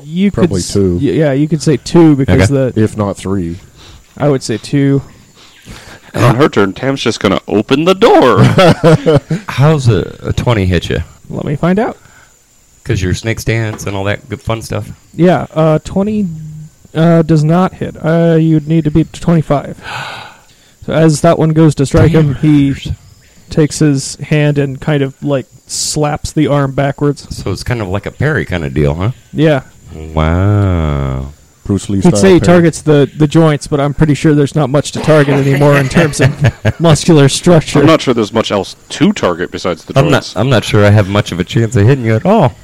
Speaker 4: You
Speaker 3: Probably
Speaker 4: could, s-
Speaker 3: two.
Speaker 4: y- yeah, you could say two because
Speaker 1: Okay.
Speaker 4: the
Speaker 3: If not three.
Speaker 4: I would say two.
Speaker 5: And on her turn, Tam's just gonna open the door.
Speaker 1: How's a, a 20 hit you?
Speaker 4: Let me find out.
Speaker 1: Because your snake stance and all that good fun stuff.
Speaker 4: Yeah, uh, 20 uh, does not hit. Uh, you'd need to beat 25. So as that one goes to strike him, he takes his hand and kind of like slaps the arm backwards.
Speaker 1: So it's kind of like a parry kind of deal, huh?
Speaker 4: Yeah.
Speaker 1: Wow.
Speaker 3: Bruce Lee
Speaker 4: He'd
Speaker 3: style
Speaker 4: say he
Speaker 3: parry.
Speaker 4: targets the, the joints, but I'm pretty sure there's not much to target anymore in terms of muscular structure.
Speaker 5: I'm not sure there's much else to target besides the
Speaker 1: I'm not,
Speaker 5: joints.
Speaker 1: I'm not sure I have much of a chance of hitting you at all.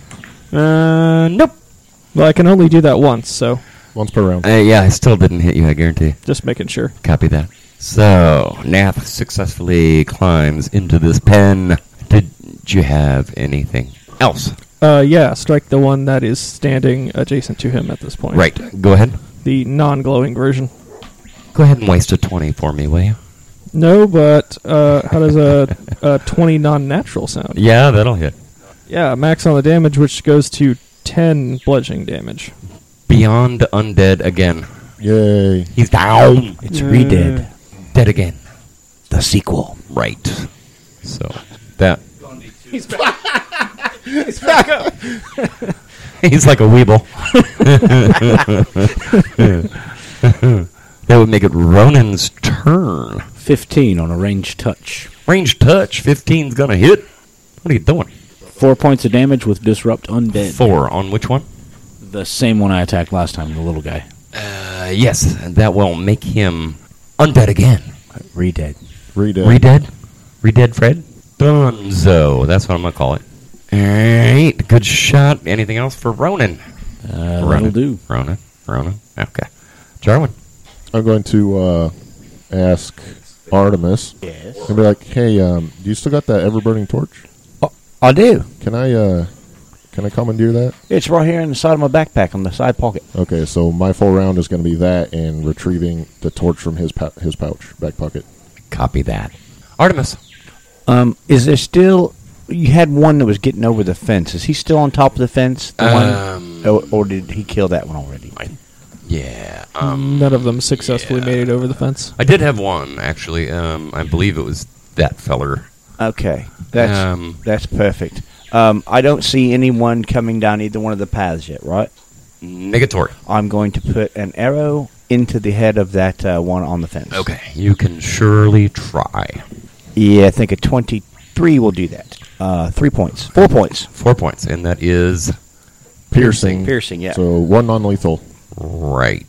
Speaker 1: Uh, nope.
Speaker 4: well, I can only do that once, so
Speaker 3: once per round.
Speaker 1: Uh, yeah, I still didn't hit you, I guarantee.
Speaker 4: just making sure.
Speaker 1: Copy that. So, Nath successfully climbs into this pen. Did you have anything else?
Speaker 4: Uh, yeah, strike the one that is standing adjacent to him at this point.
Speaker 1: Right. Go ahead.
Speaker 4: The non-glowing version.
Speaker 1: Go ahead and waste a 20 for me, will you?
Speaker 4: No, but uh, how does a, a 20 non-natural sound?
Speaker 1: Yeah, that'll hit.
Speaker 4: Yeah, max on the damage, which goes to 10 bludgeoning damage.
Speaker 1: Beyond Undead again.
Speaker 3: Yay.
Speaker 1: He's down.
Speaker 2: It's Redead,
Speaker 1: Dead again.
Speaker 2: the sequel.
Speaker 1: Right. So, that. He's back. He's back up. He's like a weeble. that would make it Ronan's turn.
Speaker 6: 15 on a range touch.
Speaker 1: Range touch, 15's gonna hit. What are you doing?
Speaker 6: Four points of damage with Disrupt Undead.
Speaker 1: Four on which one?
Speaker 6: The same one I attacked last time, the little guy.
Speaker 1: Uh, yes, that will make him undead again.
Speaker 2: Redead.
Speaker 3: Read it.
Speaker 1: Redead? Redead Fred? Dunzo. That's what I'm gonna call it. Alright, good shot. Anything else for Ronan?
Speaker 6: Uh,
Speaker 1: Ronan.
Speaker 6: that'll do.
Speaker 1: Ronan. Ronan. Okay. Jarwin.
Speaker 3: I'm going to uh, ask Artemis. Yes. And be like, hey, um, do you still got that ever burning torch?
Speaker 2: I do.
Speaker 3: Can I uh, can I commandeer that?
Speaker 2: It's right here in the side of my backpack, on the side pocket.
Speaker 3: Okay, so my full round is going to be that and retrieving the torch from his pou- his pouch back pocket.
Speaker 1: Copy that. Artemis.
Speaker 2: Um, is there still? You had one that was getting over the fence. Is he still on top of the fence? The
Speaker 1: Um,
Speaker 2: one, or, or did he kill that one already?
Speaker 1: Yeah. Um,
Speaker 4: None of them successfully made it over the fence.
Speaker 1: I did have one, actually. Um, I believe it was that feller.
Speaker 2: Okay, that's
Speaker 1: Um,
Speaker 2: that's perfect. Um, I don't see anyone coming down either one of the paths yet, right?
Speaker 1: Negatory.
Speaker 2: I'm going to put an arrow into the head of that uh, one on the fence.
Speaker 1: Okay. You can surely try.
Speaker 2: Yeah, I think a 23 will do that. Uh, three points. Four points.
Speaker 1: Four points, and that is
Speaker 3: Piercing.
Speaker 2: Piercing, yeah.
Speaker 3: So one non-lethal.
Speaker 1: right.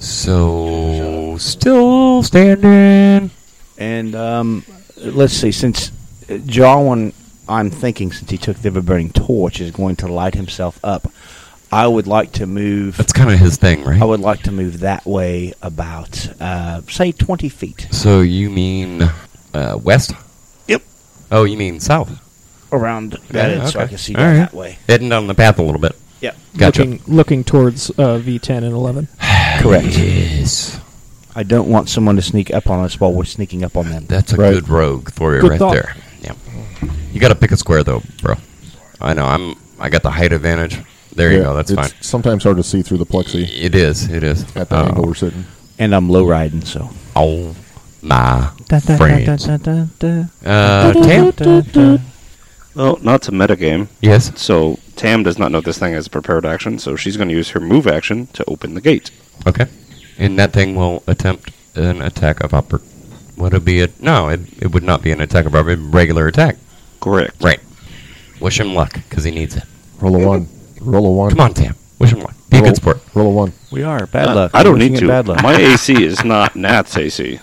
Speaker 1: so still standing.
Speaker 2: And um, let's see, since uh, Jarwin, I'm thinking since he took the ever burning torch, is going to light himself up, I would like to move.
Speaker 1: That's kind of his thing, right?
Speaker 2: I would like to move that way about, uh, say, 20 feet
Speaker 1: So you mean uh, west?
Speaker 2: Yep.
Speaker 1: Oh, you mean south?
Speaker 2: around that
Speaker 1: Yeah,
Speaker 2: end so I
Speaker 1: okay.
Speaker 2: can see
Speaker 1: All
Speaker 2: down
Speaker 1: right.
Speaker 2: that way.
Speaker 1: Heading down the path a little bit.
Speaker 2: Yep.
Speaker 1: Gotcha.
Speaker 4: Looking, looking towards uh, V10 and 11.
Speaker 2: Correct.
Speaker 1: Yes.
Speaker 2: I don't want someone to sneak up on us while we're sneaking up on them.
Speaker 1: That's a
Speaker 3: Right.
Speaker 1: good rogue for you
Speaker 4: Good
Speaker 1: right
Speaker 4: thought.
Speaker 1: there. Yeah. You got to pick a square though, bro. I know. I'm. I got the height advantage. There you
Speaker 3: Yeah,
Speaker 1: go. That's
Speaker 3: it's
Speaker 1: fine.
Speaker 3: Sometimes hard to see through the plexi
Speaker 1: It is. It is.
Speaker 3: at the
Speaker 1: Oh.
Speaker 3: angle we're sitting.
Speaker 2: And I'm low riding, so.
Speaker 1: Oh my friends. Uh, Tam?
Speaker 5: Well, not to metagame.
Speaker 1: Yes.
Speaker 5: So Tam does not know this thing as a prepared action, so she's going to use her move action to open the gate.
Speaker 1: Okay. And that thing will attempt an attack of upper. Would it be a no? It, it would not be an attack of upper. Regular attack.
Speaker 5: Correct.
Speaker 1: Right. Wish him luck because he needs it.
Speaker 3: Roll a one. Roll a one.
Speaker 1: Come on, Tam. Wish him luck. Be a
Speaker 3: Roll-
Speaker 1: good sport.
Speaker 3: Roll a one.
Speaker 2: We are. Bad
Speaker 5: Uh,
Speaker 2: luck.
Speaker 5: I don't
Speaker 2: We're
Speaker 5: need
Speaker 2: looking
Speaker 5: to.
Speaker 2: at Bad luck.
Speaker 5: My AC is not Nat's AC.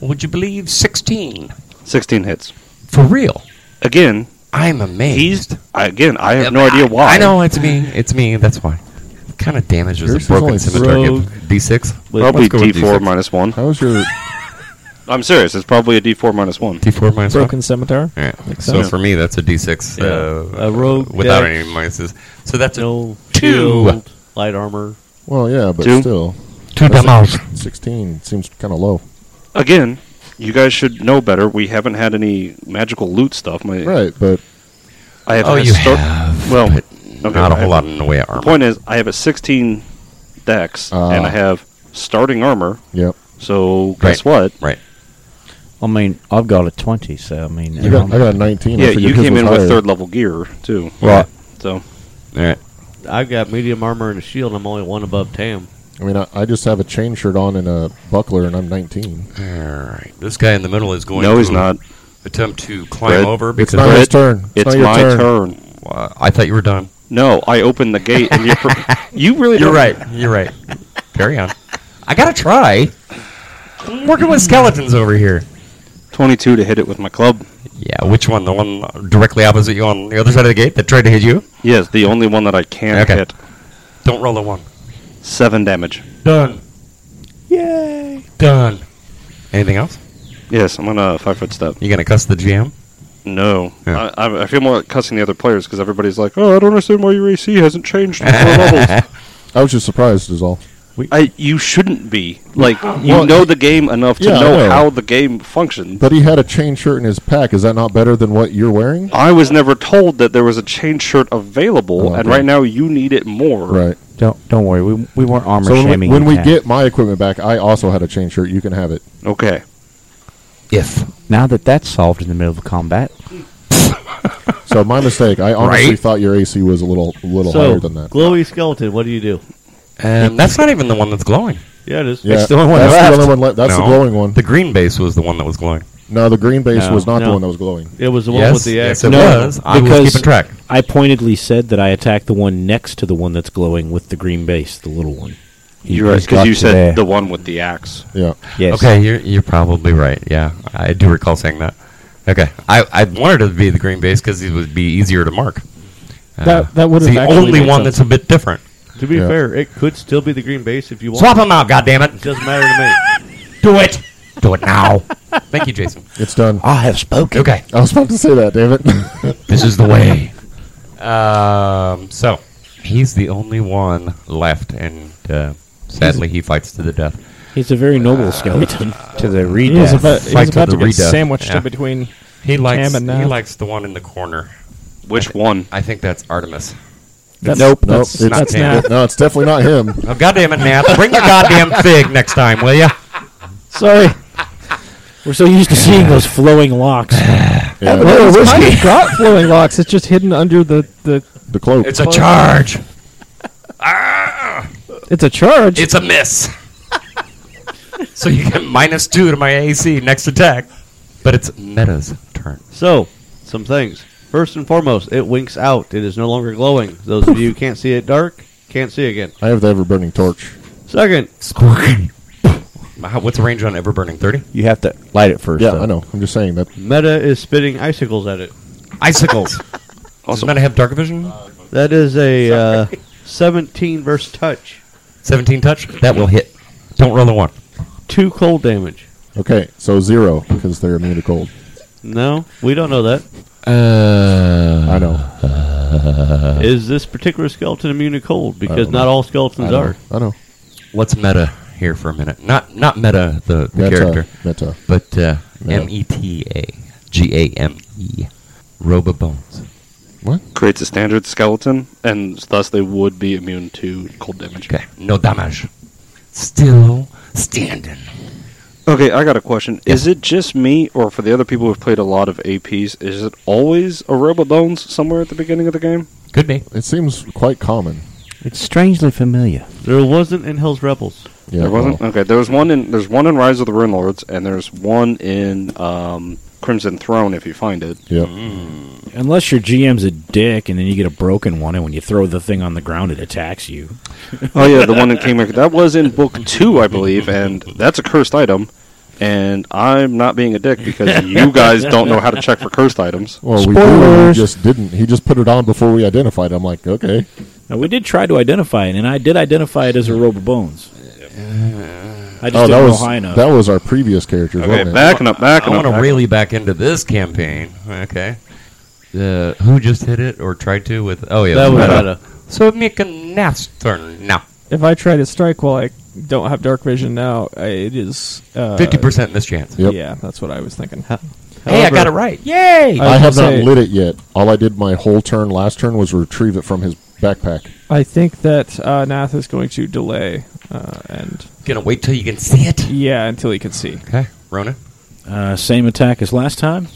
Speaker 1: Would you believe sixteen
Speaker 5: 16 hits.
Speaker 1: for real?
Speaker 5: Again,
Speaker 1: I'm amazed.
Speaker 5: he's. I, again, I have no
Speaker 1: I-
Speaker 5: idea why.
Speaker 1: I know it's me. It's me. That's why. What kind of damage does
Speaker 3: Yours
Speaker 1: a
Speaker 3: is
Speaker 1: broken
Speaker 3: only
Speaker 1: scimitar give?
Speaker 3: rogue.
Speaker 1: D6.
Speaker 5: Probably
Speaker 1: Let's go with
Speaker 5: D4
Speaker 1: D6.
Speaker 5: minus 1.
Speaker 3: How's your
Speaker 5: I'm serious. It's probably a D4 minus 1.
Speaker 1: D4 minus one.
Speaker 4: Broken scimitar.
Speaker 1: All right.
Speaker 4: Makes
Speaker 1: So
Speaker 4: sense.
Speaker 1: for me, that's a D6.
Speaker 7: Yeah.
Speaker 1: Uh,
Speaker 7: A rogue
Speaker 1: without
Speaker 7: dex.
Speaker 1: any minuses. So that's a
Speaker 7: No
Speaker 1: Two.
Speaker 7: shield, light armor.
Speaker 3: well, yeah, but
Speaker 5: Two.
Speaker 3: still,
Speaker 1: two damage.
Speaker 3: sixteen seems kind of low.
Speaker 5: Again, you guys should know better. We haven't had any magical loot stuff. My,
Speaker 3: Right, but
Speaker 5: I have
Speaker 1: Oh,
Speaker 5: a
Speaker 1: you
Speaker 5: stor-
Speaker 1: have.
Speaker 5: Well,
Speaker 1: but
Speaker 5: okay,
Speaker 1: not a whole
Speaker 5: I have-
Speaker 1: lot in the way of armor.
Speaker 5: The point is, I have a 16 dex, and
Speaker 3: Ah.
Speaker 5: I have starting armor.
Speaker 3: yep.
Speaker 5: So guess what?
Speaker 1: Right.
Speaker 2: I mean, I've got a 20, so I mean. um,
Speaker 3: I got, I got a nineteen. I
Speaker 5: Yeah,
Speaker 3: figured
Speaker 5: you
Speaker 3: his
Speaker 5: came
Speaker 3: was
Speaker 5: in
Speaker 3: higher.
Speaker 5: with third level gear too.
Speaker 2: Right.
Speaker 5: So
Speaker 1: All right.
Speaker 7: I've got medium armor and a shield. I'm only one above Tam.
Speaker 3: I mean, I, I just have a chain shirt on and a buckler, and I'm nineteen.
Speaker 1: All right. This guy in the middle is going.
Speaker 5: no,
Speaker 1: to
Speaker 5: he's not.
Speaker 1: Attempt to climb
Speaker 5: Red.
Speaker 1: over
Speaker 3: It's
Speaker 1: because
Speaker 3: not
Speaker 5: Brett,
Speaker 3: his turn. It's,
Speaker 5: It's
Speaker 3: not your
Speaker 5: my
Speaker 3: turn.
Speaker 5: turn.
Speaker 1: Uh, I thought you were done.
Speaker 5: No, I opened the gate, and you're. Pre- you really. don't-
Speaker 1: You're right. Carry on. I gotta try. I'm working with skeletons over here.
Speaker 5: Twenty-two to hit it with my club.
Speaker 1: Yeah, which one? The one directly opposite you on the other side of the gate that tried to hit you?
Speaker 5: Yes, the only one that I can
Speaker 1: Okay.
Speaker 5: hit.
Speaker 1: Don't roll a one.
Speaker 5: Seven damage.
Speaker 1: Done.
Speaker 2: Yay!
Speaker 1: Done. Anything else?
Speaker 5: Yes, I'm on a five foot step.
Speaker 1: You gonna cuss the GM?
Speaker 5: No,
Speaker 1: Yeah.
Speaker 5: I, I, I feel more like cussing the other players because everybody's like, "Oh, I don't understand why your AC hasn't changed for four levels."
Speaker 3: I was just surprised, is all.
Speaker 5: I, you shouldn't be. Like, you
Speaker 3: Well,
Speaker 5: know the game enough to
Speaker 3: yeah, I
Speaker 5: know,
Speaker 3: know.
Speaker 5: how the game functions.
Speaker 3: But he had a chain shirt in his pack. Is that not better than what you're wearing?
Speaker 1: Uh,
Speaker 5: I was never told that there was a chain shirt available,
Speaker 3: Oh,
Speaker 5: and
Speaker 3: okay.
Speaker 5: right now you need it more.
Speaker 3: Right.
Speaker 2: Don't don't worry. We, we weren't armor
Speaker 3: So when, we,
Speaker 2: shaming.
Speaker 3: when
Speaker 2: you,
Speaker 3: we
Speaker 2: Pat.
Speaker 3: get my equipment back, I also had a chain shirt. You can have it.
Speaker 5: Okay.
Speaker 1: If
Speaker 2: now that that's solved in the middle of combat,
Speaker 3: So my mistake. I honestly
Speaker 1: Right.
Speaker 3: thought your AC was a little little
Speaker 7: so,
Speaker 3: higher than that.
Speaker 7: glowy skeleton. What do you do?
Speaker 1: um, that's not even the one that's glowing.
Speaker 7: Yeah, it is.
Speaker 3: Yeah,
Speaker 1: It's the only one
Speaker 3: that's
Speaker 1: left.
Speaker 3: the only one left. That's the
Speaker 1: No.
Speaker 3: glowing one.
Speaker 1: The green base was the one that was glowing.
Speaker 3: No, the green base
Speaker 7: No,
Speaker 3: was not
Speaker 7: no.
Speaker 3: the one that was glowing.
Speaker 7: It was the one
Speaker 1: yes,
Speaker 7: with the
Speaker 1: yes,
Speaker 7: axe.
Speaker 1: it
Speaker 6: No,
Speaker 1: was. I was
Speaker 6: because-
Speaker 1: keeping track.
Speaker 6: I pointedly said that I attacked the one next to the one that's glowing with the green base, the little one.
Speaker 5: You're right,
Speaker 2: he's
Speaker 5: because
Speaker 2: got
Speaker 5: you
Speaker 2: to
Speaker 5: said
Speaker 2: there.
Speaker 5: the one with the axe.
Speaker 3: Yeah.
Speaker 2: yes.
Speaker 1: Okay, you're you're probably right. Yeah, I do recall saying that. Okay, I, I wanted it to be the green base because it would be easier to mark. Uh,
Speaker 4: That- that would
Speaker 1: it's
Speaker 4: have
Speaker 1: the
Speaker 4: actually
Speaker 1: only
Speaker 4: made
Speaker 1: one
Speaker 4: sense.
Speaker 1: that's a bit different.
Speaker 7: To be
Speaker 3: Yeah.
Speaker 7: fair, it could still be the green base if you want.
Speaker 1: Swap them out, goddammit.
Speaker 7: It doesn't matter to me.
Speaker 1: Do it. Do it now. Thank you, Jason.
Speaker 3: It's done.
Speaker 2: I have spoken.
Speaker 1: Okay,
Speaker 3: I was about to say that, damn it.
Speaker 1: this is the way. Um, so he's the only one left, and uh, sadly, he fights to the death.
Speaker 6: He's a very noble skeleton.
Speaker 2: To the
Speaker 4: He
Speaker 2: redeath.
Speaker 4: was about, he
Speaker 1: uh, Fight
Speaker 4: was
Speaker 1: to
Speaker 4: about
Speaker 1: the
Speaker 4: to get
Speaker 1: redeath.
Speaker 4: sandwiched
Speaker 1: Yeah.
Speaker 4: in between.
Speaker 1: He likes
Speaker 4: Damn it, no.
Speaker 1: he likes the one in the corner.
Speaker 5: Which one?
Speaker 1: I think that's Artemis.
Speaker 4: That's,
Speaker 3: nope, nope.
Speaker 4: That's,
Speaker 3: It's
Speaker 1: not
Speaker 4: that's
Speaker 1: him.
Speaker 4: not.
Speaker 3: no, it's definitely not him.
Speaker 1: Oh goddamn it, Nat! Bring the goddamn fig next time, will you?
Speaker 4: Sorry.
Speaker 6: We're so used to seeing those flowing locks.
Speaker 3: Yeah,
Speaker 4: It's kind of got flowing locks. It's just hidden under the, the.
Speaker 3: the cloak.
Speaker 1: It's a charge.
Speaker 4: It's a charge.
Speaker 1: It's a miss. so you get minus two to my AC next attack. But it's Meta's turn.
Speaker 7: So, some things. First and foremost, it winks out. It is no longer glowing. Those of you who can't see it dark, can't see again.
Speaker 3: I have the ever burning torch.
Speaker 7: Second,
Speaker 1: Squawk. Wow, What's the range on Everburning? 30?
Speaker 2: You have to light it first.
Speaker 3: Yeah,
Speaker 2: though.
Speaker 3: I know. I'm just saying that.
Speaker 7: Meta is spitting icicles at it.
Speaker 1: Icicles. Does Meta have dark vision?
Speaker 7: That is a uh, 17 verse touch.
Speaker 1: 17 touch? That will hit. Don't roll a one.
Speaker 7: Two cold damage.
Speaker 3: Okay, so zero because they're immune to cold.
Speaker 7: No, we don't know that. Is
Speaker 3: I know.
Speaker 7: this particular skeleton immune to cold?
Speaker 3: Uh-huh. I
Speaker 7: Because
Speaker 3: don't
Speaker 7: not
Speaker 3: know.
Speaker 7: all
Speaker 3: I
Speaker 7: skeletons
Speaker 3: know.
Speaker 7: are.
Speaker 3: I know.
Speaker 1: What's Meta here for a minute? Not not Meta, the, the
Speaker 3: Meta.
Speaker 1: character,
Speaker 3: Meta.
Speaker 1: but uh,
Speaker 3: Meta.
Speaker 1: M E T A G A M E. Roba Bones.
Speaker 3: What?
Speaker 5: Creates a standard skeleton, and thus they would be immune to cold damage.
Speaker 1: Okay, no damage. Still standing.
Speaker 5: Okay, I got a question. Is it just me, or for the other people who've played a lot of APs, is it always a Robobones somewhere at the beginning of the game?
Speaker 1: Could be.
Speaker 3: It seems quite common.
Speaker 2: It's strangely familiar.
Speaker 7: There wasn't in Hell's Rebels.
Speaker 3: Yeah,
Speaker 5: there wasn't.
Speaker 3: well,
Speaker 5: Okay, there was one in there's one in Rise of the Rune Lords, and there's one in um, Crimson Throne if you find it.
Speaker 3: yeah.
Speaker 6: Unless your GM's a dick and then you get a broken one, and when you throw the thing on the ground, it attacks you.
Speaker 5: Oh yeah, the one in Kingmaker. That was in book two, I believe, and that's a cursed item. And I'm not being a dick because you guys don't know how to check for cursed items.
Speaker 3: Well, we, do, and we
Speaker 2: Spoilers.
Speaker 3: just didn't. He just put it on before we identified. I'm like, okay.
Speaker 6: Now, we did try to identify it, and I did identify it as a robe of bones. I just
Speaker 3: Oh, that
Speaker 6: didn't
Speaker 3: was
Speaker 6: roll high enough.
Speaker 3: that was our previous characters.
Speaker 5: Okay,
Speaker 3: wasn't it?
Speaker 5: backing up,
Speaker 1: I
Speaker 5: backing
Speaker 1: want
Speaker 5: up.
Speaker 1: to really back into this campaign. Okay. Uh, who just hit it or tried to with? Oh yeah,
Speaker 7: That was
Speaker 1: Meta.
Speaker 7: Meta.
Speaker 1: So make a next turn now.
Speaker 4: if I try to strike while I don't have dark vision now, I, it is uh,
Speaker 1: Fifty percent mischance.
Speaker 3: Yep.
Speaker 4: Yeah, that's what I was thinking.
Speaker 1: Hey, I got it right. Yay!
Speaker 4: I
Speaker 3: I
Speaker 4: was
Speaker 3: have not
Speaker 4: gonna say-
Speaker 3: lit it yet. All I did my whole turn last turn was retrieve it from his backpack.
Speaker 4: I think that uh, Nath is going to delay, uh, and
Speaker 1: Gonna wait till you can see it.
Speaker 4: yeah, until he can see.
Speaker 1: Okay, Ronan,
Speaker 6: Uh, same attack as last time.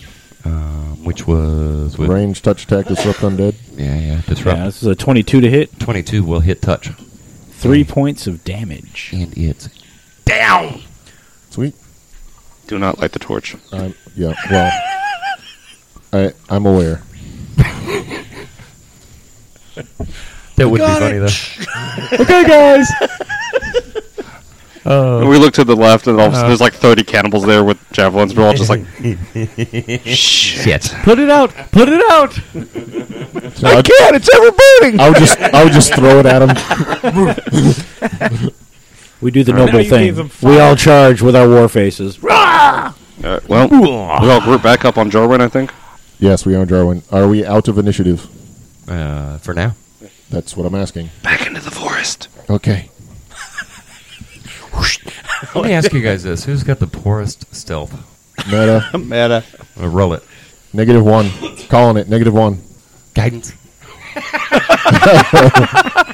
Speaker 1: um, which was with,
Speaker 3: Range touch attack disrupt undead.
Speaker 1: yeah, yeah, disrupt.
Speaker 6: Yeah, this is a 22 to hit,
Speaker 1: Twenty-two will hit touch,
Speaker 6: three points of damage.
Speaker 1: and it's down.
Speaker 3: Sweet.
Speaker 5: Do not light the torch.
Speaker 3: I'm, yeah. Well, I I'm aware.
Speaker 1: That would be funny though.
Speaker 5: And we look to the left, and all of a sudden there's like 30 cannibals there with javelins. We're all just like,
Speaker 1: Shit.
Speaker 7: Put it out! Put it out!
Speaker 3: So I
Speaker 2: God, it's ever burning.
Speaker 3: I would just I would just throw it at him.
Speaker 6: We do the
Speaker 5: All right.
Speaker 6: noble
Speaker 8: Now you
Speaker 6: thing.
Speaker 8: gave them
Speaker 6: We
Speaker 8: fire.
Speaker 6: all charge with our war faces.
Speaker 5: All right, well, we all group back up on Jarwin, I think.
Speaker 3: Yes, we are Jarwin. Are we out of initiative?
Speaker 1: Uh, for now.
Speaker 3: That's what I'm asking.
Speaker 5: Back into the forest.
Speaker 3: Okay.
Speaker 1: Let me ask you guys this: Who's got the poorest stealth?
Speaker 3: Meta.
Speaker 7: Meta.
Speaker 1: Uh, roll it.
Speaker 3: negative one. Calling it. Negative one.
Speaker 1: Guidance.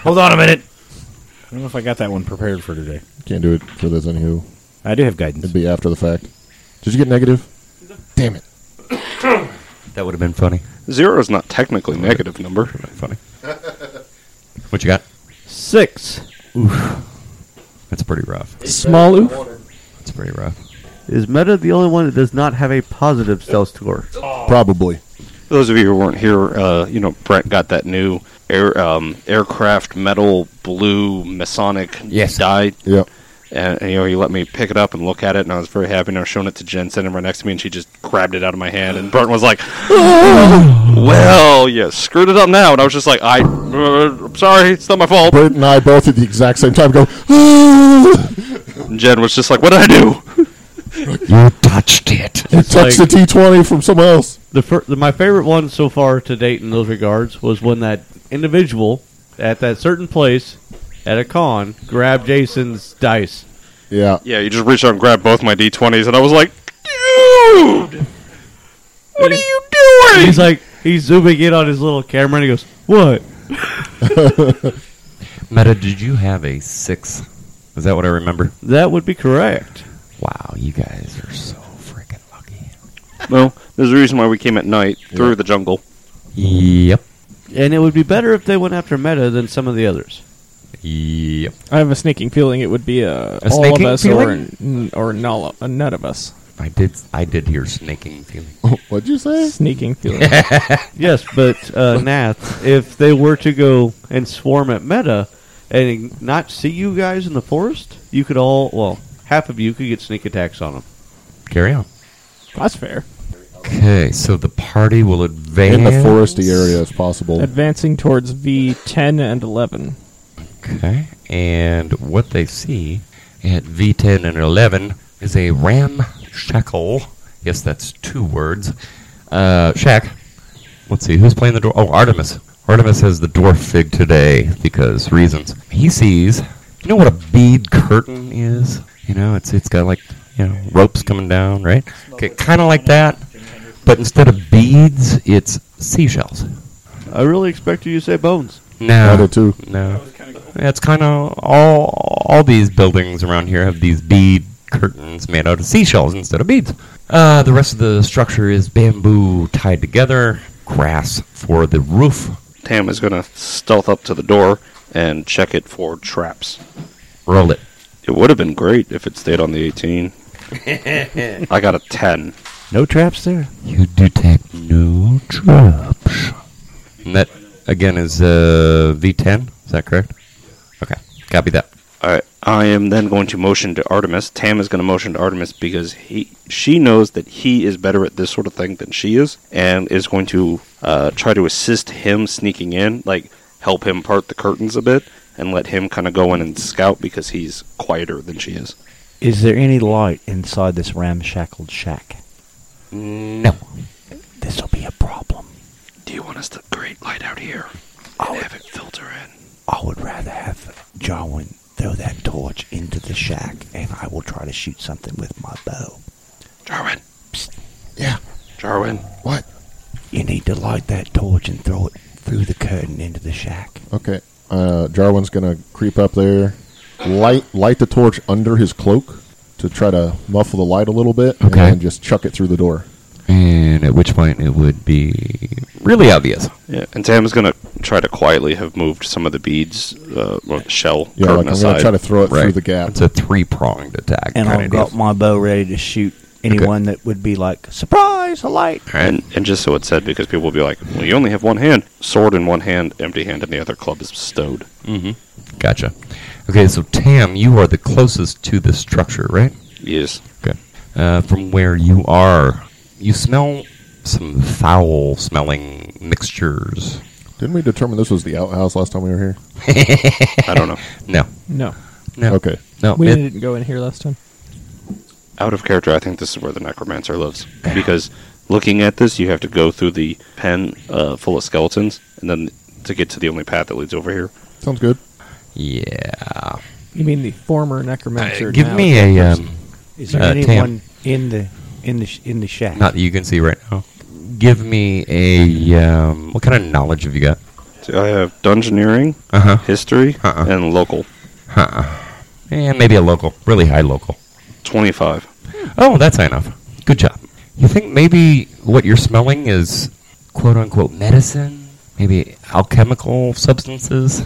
Speaker 6: Hold on a minute. I don't know if I got that one prepared for today.
Speaker 3: Can't do it for those anywho.
Speaker 6: I do have
Speaker 3: It'd
Speaker 6: guidance.
Speaker 3: be after the fact. Did you get negative? Damn it.
Speaker 1: That would have been funny.
Speaker 5: Zero is not technically a negative number.
Speaker 1: Funny. What you got?
Speaker 7: Six
Speaker 1: That's pretty rough.
Speaker 4: Small oof.
Speaker 1: That's pretty rough.
Speaker 7: is Meta the only one that does not have a positive stealth score.
Speaker 3: Probably.
Speaker 5: For those of you who weren't here, uh, you know, Brent got that new air, um, aircraft metal blue Masonic
Speaker 1: Yes.
Speaker 5: die.
Speaker 3: Yep.
Speaker 5: And, and, you know, he let me pick it up and look at it, and I was very happy. And I was showing it to Jen, sitting right next to me, and she just grabbed it out of my hand. And Brent was like, "Well, you screwed it up now." And I was just like, "I, uh, I'm sorry, it's not my fault."
Speaker 3: Bert and I both at the exact same time go, "Ah."
Speaker 5: And Jen was just like, "What did I do?"
Speaker 7: It's
Speaker 3: touch the T20 from someone else.
Speaker 7: the, fir- the my favorite one so far to date in those regards was when that individual at that certain place at a con grabbed Jason's dice.
Speaker 3: Yeah.
Speaker 5: Yeah, you just reached out and grabbed both my D20s, and I was like, "Dude, what are you doing?"
Speaker 7: He's like he's zooming in on his little camera and he goes, "What?"
Speaker 1: Meta, did you have a six? Is that what I remember?
Speaker 7: That would be correct.
Speaker 1: Wow, you guys are so freaking lucky.
Speaker 5: Well, there's a reason why we came at night through the jungle.
Speaker 1: Yep.
Speaker 7: And it would be better if they went after Meta than some of the others.
Speaker 1: Yep.
Speaker 4: I have a sneaking feeling it would be a,
Speaker 1: A
Speaker 4: all of
Speaker 1: sneaking
Speaker 4: us or
Speaker 1: feeling?
Speaker 4: n- or null, uh, none of us.
Speaker 1: I did. I did hear snaking feeling.
Speaker 3: What'd you say?
Speaker 4: Sneaking feeling.
Speaker 7: Yes, but uh, Nath, if they were to go and swarm at Meta and not see you guys in the forest, you could all well half of you could get sneak attacks on them.
Speaker 1: Carry on.
Speaker 4: That's fair.
Speaker 1: Okay, so the party will advance
Speaker 3: In the foresty area as possible.
Speaker 4: Advancing towards V10 and 11.
Speaker 1: Okay, and what they see at V10 and 11 is a ramshackle. Yes, that's two words. Uh, shack. Let's see who's playing the dwarf. Oh, Artemis. Artemis has the dwarf fig today because reasons. He sees. You know what a bead curtain is? You know, it's it's got like you know ropes coming down, right? Okay, kind of like that, but instead of beads, it's seashells.
Speaker 7: I really expected you to say bones.
Speaker 1: No,
Speaker 3: Metal too.
Speaker 1: No, it's kind of all all these buildings around here have these bead curtains made out of seashells instead of beads. Uh, the rest of the structure is bamboo tied together, grass for the roof.
Speaker 5: Tam is going to stealth up to the door and check it for traps.
Speaker 1: Roll it.
Speaker 5: It would have been great if it stayed on the 18. I got a 10.
Speaker 2: No traps there.
Speaker 1: You detect no traps. And that again is uh, V10. Is that correct? Okay, copy that.
Speaker 5: All right, I am then going to motion to Artemis. Tam is going to motion to Artemis because he she knows that he is better at this sort of thing than she is, and is going to uh, try to assist him sneaking in, like help him part the curtains a bit, and let him kind of go in and scout because he's quieter than she is.
Speaker 2: Is there any light inside this ramshackled shack?
Speaker 6: Mm.
Speaker 1: No.
Speaker 2: This will be a problem.
Speaker 5: Do you want us to create light out here and have it filter in?
Speaker 2: I would rather have Jarwin throw that torch into the shack, and I will try to shoot something with my bow.
Speaker 5: Jarwin,
Speaker 3: Yeah.
Speaker 5: Jarwin,
Speaker 3: What?
Speaker 2: You need to light that torch and throw it through the curtain into the shack.
Speaker 3: Okay. Uh, Jarwin's gonna creep up there, light light the torch under his cloak to try to muffle the light a little bit, and
Speaker 1: Okay.
Speaker 3: then just chuck it through the door.
Speaker 1: And at which point it would be really obvious.
Speaker 5: Yeah, and Tam is gonna try to quietly have moved some of the beads, uh, or the shell
Speaker 3: Yeah,
Speaker 5: curtain
Speaker 3: like I'm
Speaker 5: aside.
Speaker 3: gonna try to throw it through the gap.
Speaker 1: It's a three pronged attack.
Speaker 2: And
Speaker 1: kinda
Speaker 2: I've
Speaker 1: deal.
Speaker 2: got my bow ready to shoot anyone that would be like, surprise, a light.
Speaker 5: and and just so it's said, because people will be like, "Well, you only have one hand, sword in one hand, empty hand in the other, club is stowed."
Speaker 1: Gotcha. Okay, so Tam, you are the closest to the structure, right?
Speaker 5: Yes,
Speaker 1: Okay. Uh, from where you are, you smell some foul smelling mixtures.
Speaker 3: Didn't we determine this was the outhouse last time we were here?
Speaker 5: I don't know.
Speaker 1: No,
Speaker 4: No.
Speaker 1: No.
Speaker 3: Okay.
Speaker 1: No.
Speaker 4: we
Speaker 1: it-
Speaker 4: didn't go in here last time.
Speaker 5: Out of character, I think this is where the necromancer lives because looking at this, you have to go through the pen uh, full of skeletons, and then to get to the only path that leads over here.
Speaker 3: Sounds good.
Speaker 1: yeah.
Speaker 4: You mean the former
Speaker 1: Uh,
Speaker 4: necromancer?
Speaker 1: give
Speaker 4: now
Speaker 1: me
Speaker 4: the
Speaker 1: a
Speaker 4: person.
Speaker 1: um,
Speaker 2: Is there
Speaker 1: Uh, Tam.
Speaker 2: anyone in the in the sh- in the shack?
Speaker 1: not that you can see right now. Give me a um, what kind of knowledge have you got?
Speaker 5: So I have dungeoneering,
Speaker 1: Uh huh.
Speaker 5: history,
Speaker 1: Uh-uh.
Speaker 5: and local.
Speaker 1: And maybe a local, really high local.
Speaker 5: Twenty-five.
Speaker 1: Oh, that's high enough. Good job. You think maybe what you're smelling is quote unquote medicine? Maybe alchemical substances?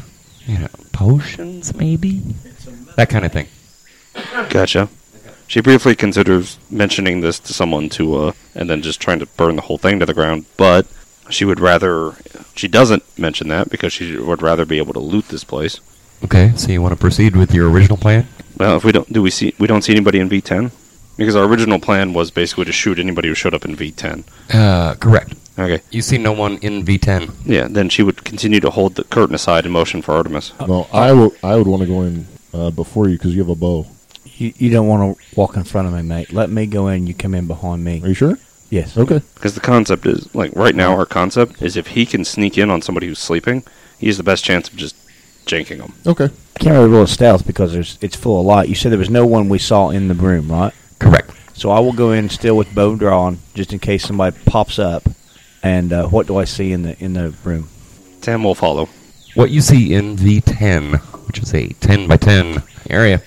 Speaker 1: You know, potions, maybe? That kind of thing.
Speaker 5: Gotcha. She briefly considers mentioning this to someone to, uh, and then just trying to burn the whole thing to the ground, but she would rather, she doesn't mention that because she would rather be able to loot this place.
Speaker 1: Okay, so you want to proceed with your original plan?
Speaker 5: Well, if we don't, do we see, we don't see anybody in V10? Because our original plan was basically to shoot anybody who showed up in V10.
Speaker 1: Uh, correct.
Speaker 5: Okay.
Speaker 1: You see no one in V10.
Speaker 5: Yeah, then she would continue to hold the curtain aside and motion for Artemis.
Speaker 1: Uh,
Speaker 3: No, I would I would want to go in uh, before you because you have a bow.
Speaker 2: You, you don't want to walk in front of me, mate. Let me go in. You come in behind
Speaker 3: Are
Speaker 2: me.
Speaker 3: you sure?
Speaker 2: Yes.
Speaker 3: Okay.
Speaker 5: Because the concept is, like, right now our concept is if he can sneak in on somebody who's sleeping, he has the best chance of just janking them.
Speaker 3: Okay.
Speaker 2: I can't really roll a stealth because there's it's full of light. You said there was no one we saw in the room, right?
Speaker 1: Correct.
Speaker 2: So I will go in still with bow drawn, just in case somebody pops up. And uh, what do I see in the in the room?
Speaker 5: Tam will follow.
Speaker 1: What you see in V10, which is a 10 by 10 area,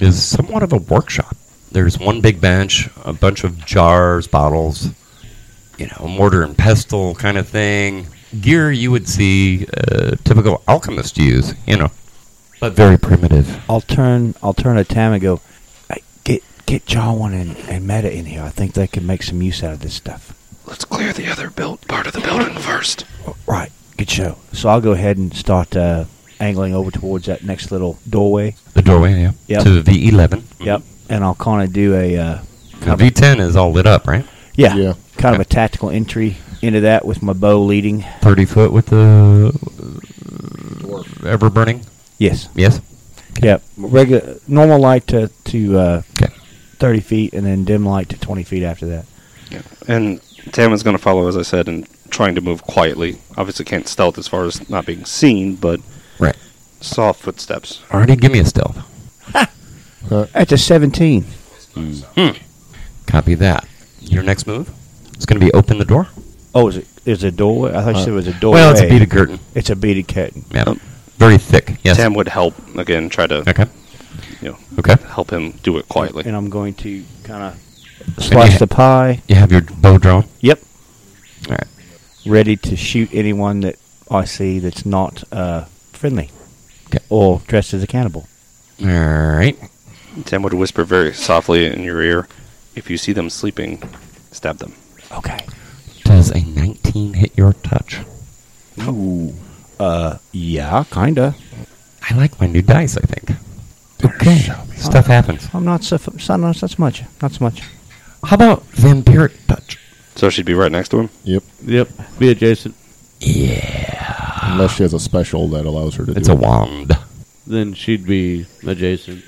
Speaker 1: is somewhat of a workshop. There's one big bench, a bunch of jars, bottles, you know, mortar and pestle kind of thing. Gear you would see a typical alchemist use, you know, but very primitive.
Speaker 2: I'll turn I'll turn to Tam and go, "Hey, get get Jawan and, and Meta in here. I think they can make some use out of this stuff.
Speaker 5: Let's clear the other built part of the building first.
Speaker 2: Right. Good show. So I'll go ahead and start uh, angling over towards that next little doorway.
Speaker 1: The doorway, yeah.
Speaker 2: Yep.
Speaker 1: To V11.
Speaker 2: Mm-hmm. Yep. And I'll kind of do a uh,
Speaker 1: Now, V10 is all lit up, right?
Speaker 2: yeah,
Speaker 3: Yeah.
Speaker 2: kind of a tactical entry into that with my bow leading.
Speaker 1: 30 foot with the uh, ever burning.
Speaker 2: Yes.
Speaker 1: Yes.
Speaker 2: Yeah. Regular normal light to to uh,
Speaker 1: Okay.
Speaker 2: thirty feet, and then dim light to twenty feet after that.
Speaker 5: And Tam is going to follow, as I said, and trying to move quietly. Obviously, can't stealth as far as not being seen, but
Speaker 1: Right.
Speaker 5: soft footsteps.
Speaker 1: Already give me a stealth.
Speaker 3: Uh,
Speaker 2: That's a seventeen.
Speaker 1: Copy that. Your next move is going to be open the door.
Speaker 2: Oh, is it? Is it a doorway? I thought you said it was a doorway.
Speaker 1: Well, it's a beaded curtain.
Speaker 2: It's a beaded curtain.
Speaker 1: Yeah.
Speaker 5: Yep.
Speaker 1: Very thick. Yes.
Speaker 5: Tam would help again, try to
Speaker 1: Okay.
Speaker 5: you know
Speaker 1: Okay.
Speaker 5: help him do it quietly.
Speaker 2: And I'm going to kind of slice the pie.
Speaker 1: You have your bow drawn.
Speaker 2: Yep.
Speaker 1: All right.
Speaker 2: Ready to shoot anyone that I see that's not uh, friendly
Speaker 1: 'Kay.
Speaker 2: or dressed as a cannibal.
Speaker 1: All right.
Speaker 5: Tam would whisper very softly in your ear, "If you see them sleeping, stab them."
Speaker 2: Okay.
Speaker 1: Does a 19 hit your touch?
Speaker 2: Ooh. Uh, yeah, kinda.
Speaker 1: I like my new dice. I think. Okay. Stuff happens.
Speaker 2: I'm not so. f- so not so much. Not so much.
Speaker 1: How about vampiric touch?
Speaker 5: So she'd be right next to him.
Speaker 3: yep.
Speaker 7: Yep. Be adjacent.
Speaker 3: Unless she has a special that allows her to.
Speaker 1: It's
Speaker 3: do
Speaker 1: a
Speaker 3: it.
Speaker 1: wand.
Speaker 7: Then she'd be adjacent.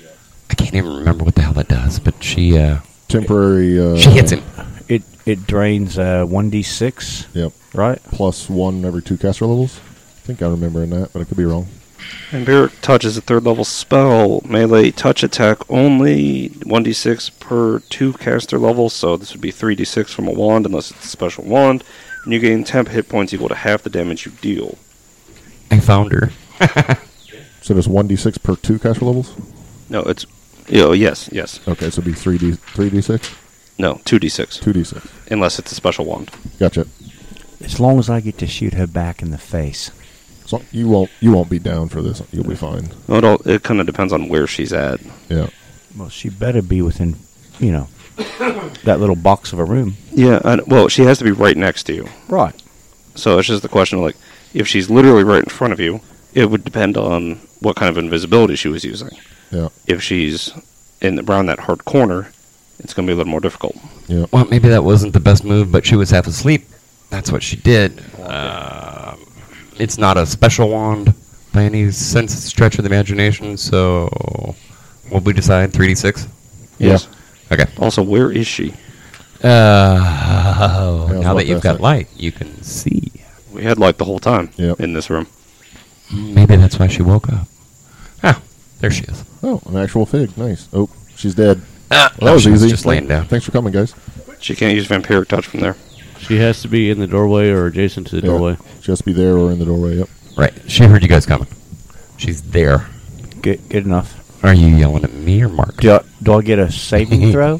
Speaker 1: I can't even remember what the hell it does, but she uh,
Speaker 3: temporary. Uh,
Speaker 1: she hits him.
Speaker 2: It it drains uh one d six,
Speaker 3: Yep.
Speaker 2: right?
Speaker 3: Plus one every two caster levels. I think I remember in that, but I could be wrong.
Speaker 5: Vampiric touch is a third level spell. Melee touch attack only 1d6 per 2 caster level, so this would be 3d6 from a wand unless it's a special wand. And you gain temp hit points equal to half the damage you deal.
Speaker 1: I found her.
Speaker 3: So there's one d six per two caster levels.
Speaker 5: No, it's. You know, yes, yes.
Speaker 3: Okay, so it'd be three d three d six,
Speaker 5: No, 2d6.
Speaker 3: two d six.
Speaker 5: Unless it's a special wand.
Speaker 3: Gotcha.
Speaker 2: As long as I get to shoot her back in the face.
Speaker 3: So you won't you won't be down for this. You'll be fine.
Speaker 5: Well, it all, it kind of depends on where she's at.
Speaker 3: Yeah.
Speaker 2: Well, she better be within, you know, that little box of a room.
Speaker 5: Yeah, I, well, she has to be right next to you.
Speaker 2: Right.
Speaker 5: So it's just the question of, like, if she's literally right in front of you, it would depend on what kind of invisibility she was using.
Speaker 3: Yeah.
Speaker 5: if she's in around that hard corner, it's going to be a little more difficult.
Speaker 3: Yeah.
Speaker 1: Well, maybe that wasn't the best move, but she was half asleep. That's what she did. Um it's not a special wand by any sense stretch of the imagination, so What we decide? 3d6?
Speaker 5: Yes.
Speaker 1: Okay.
Speaker 5: Also, where is she?
Speaker 1: Uh,
Speaker 3: Yeah,
Speaker 1: now
Speaker 3: what
Speaker 1: that you've
Speaker 3: that
Speaker 1: got
Speaker 3: thing.
Speaker 1: light, you can see.
Speaker 5: We had light the whole time
Speaker 3: Yep.
Speaker 5: in this room.
Speaker 1: Mm. Maybe that's why she woke up. Ah, there she is.
Speaker 3: Oh, an actual fig. Nice. Oh, she's dead.
Speaker 1: Ah,
Speaker 3: Well, that was
Speaker 1: she
Speaker 3: easy.
Speaker 1: just laying down.
Speaker 3: Thanks for coming, guys.
Speaker 5: She can't use vampiric touch from there.
Speaker 7: She has to be in the doorway or adjacent to the
Speaker 3: Yeah.
Speaker 7: doorway.
Speaker 3: She has to be there or in the doorway. Yep.
Speaker 1: Right. She heard you guys coming. She's there.
Speaker 2: Good, good enough.
Speaker 1: Are you yelling at me or Mark?
Speaker 2: Do I, do I get a saving throw?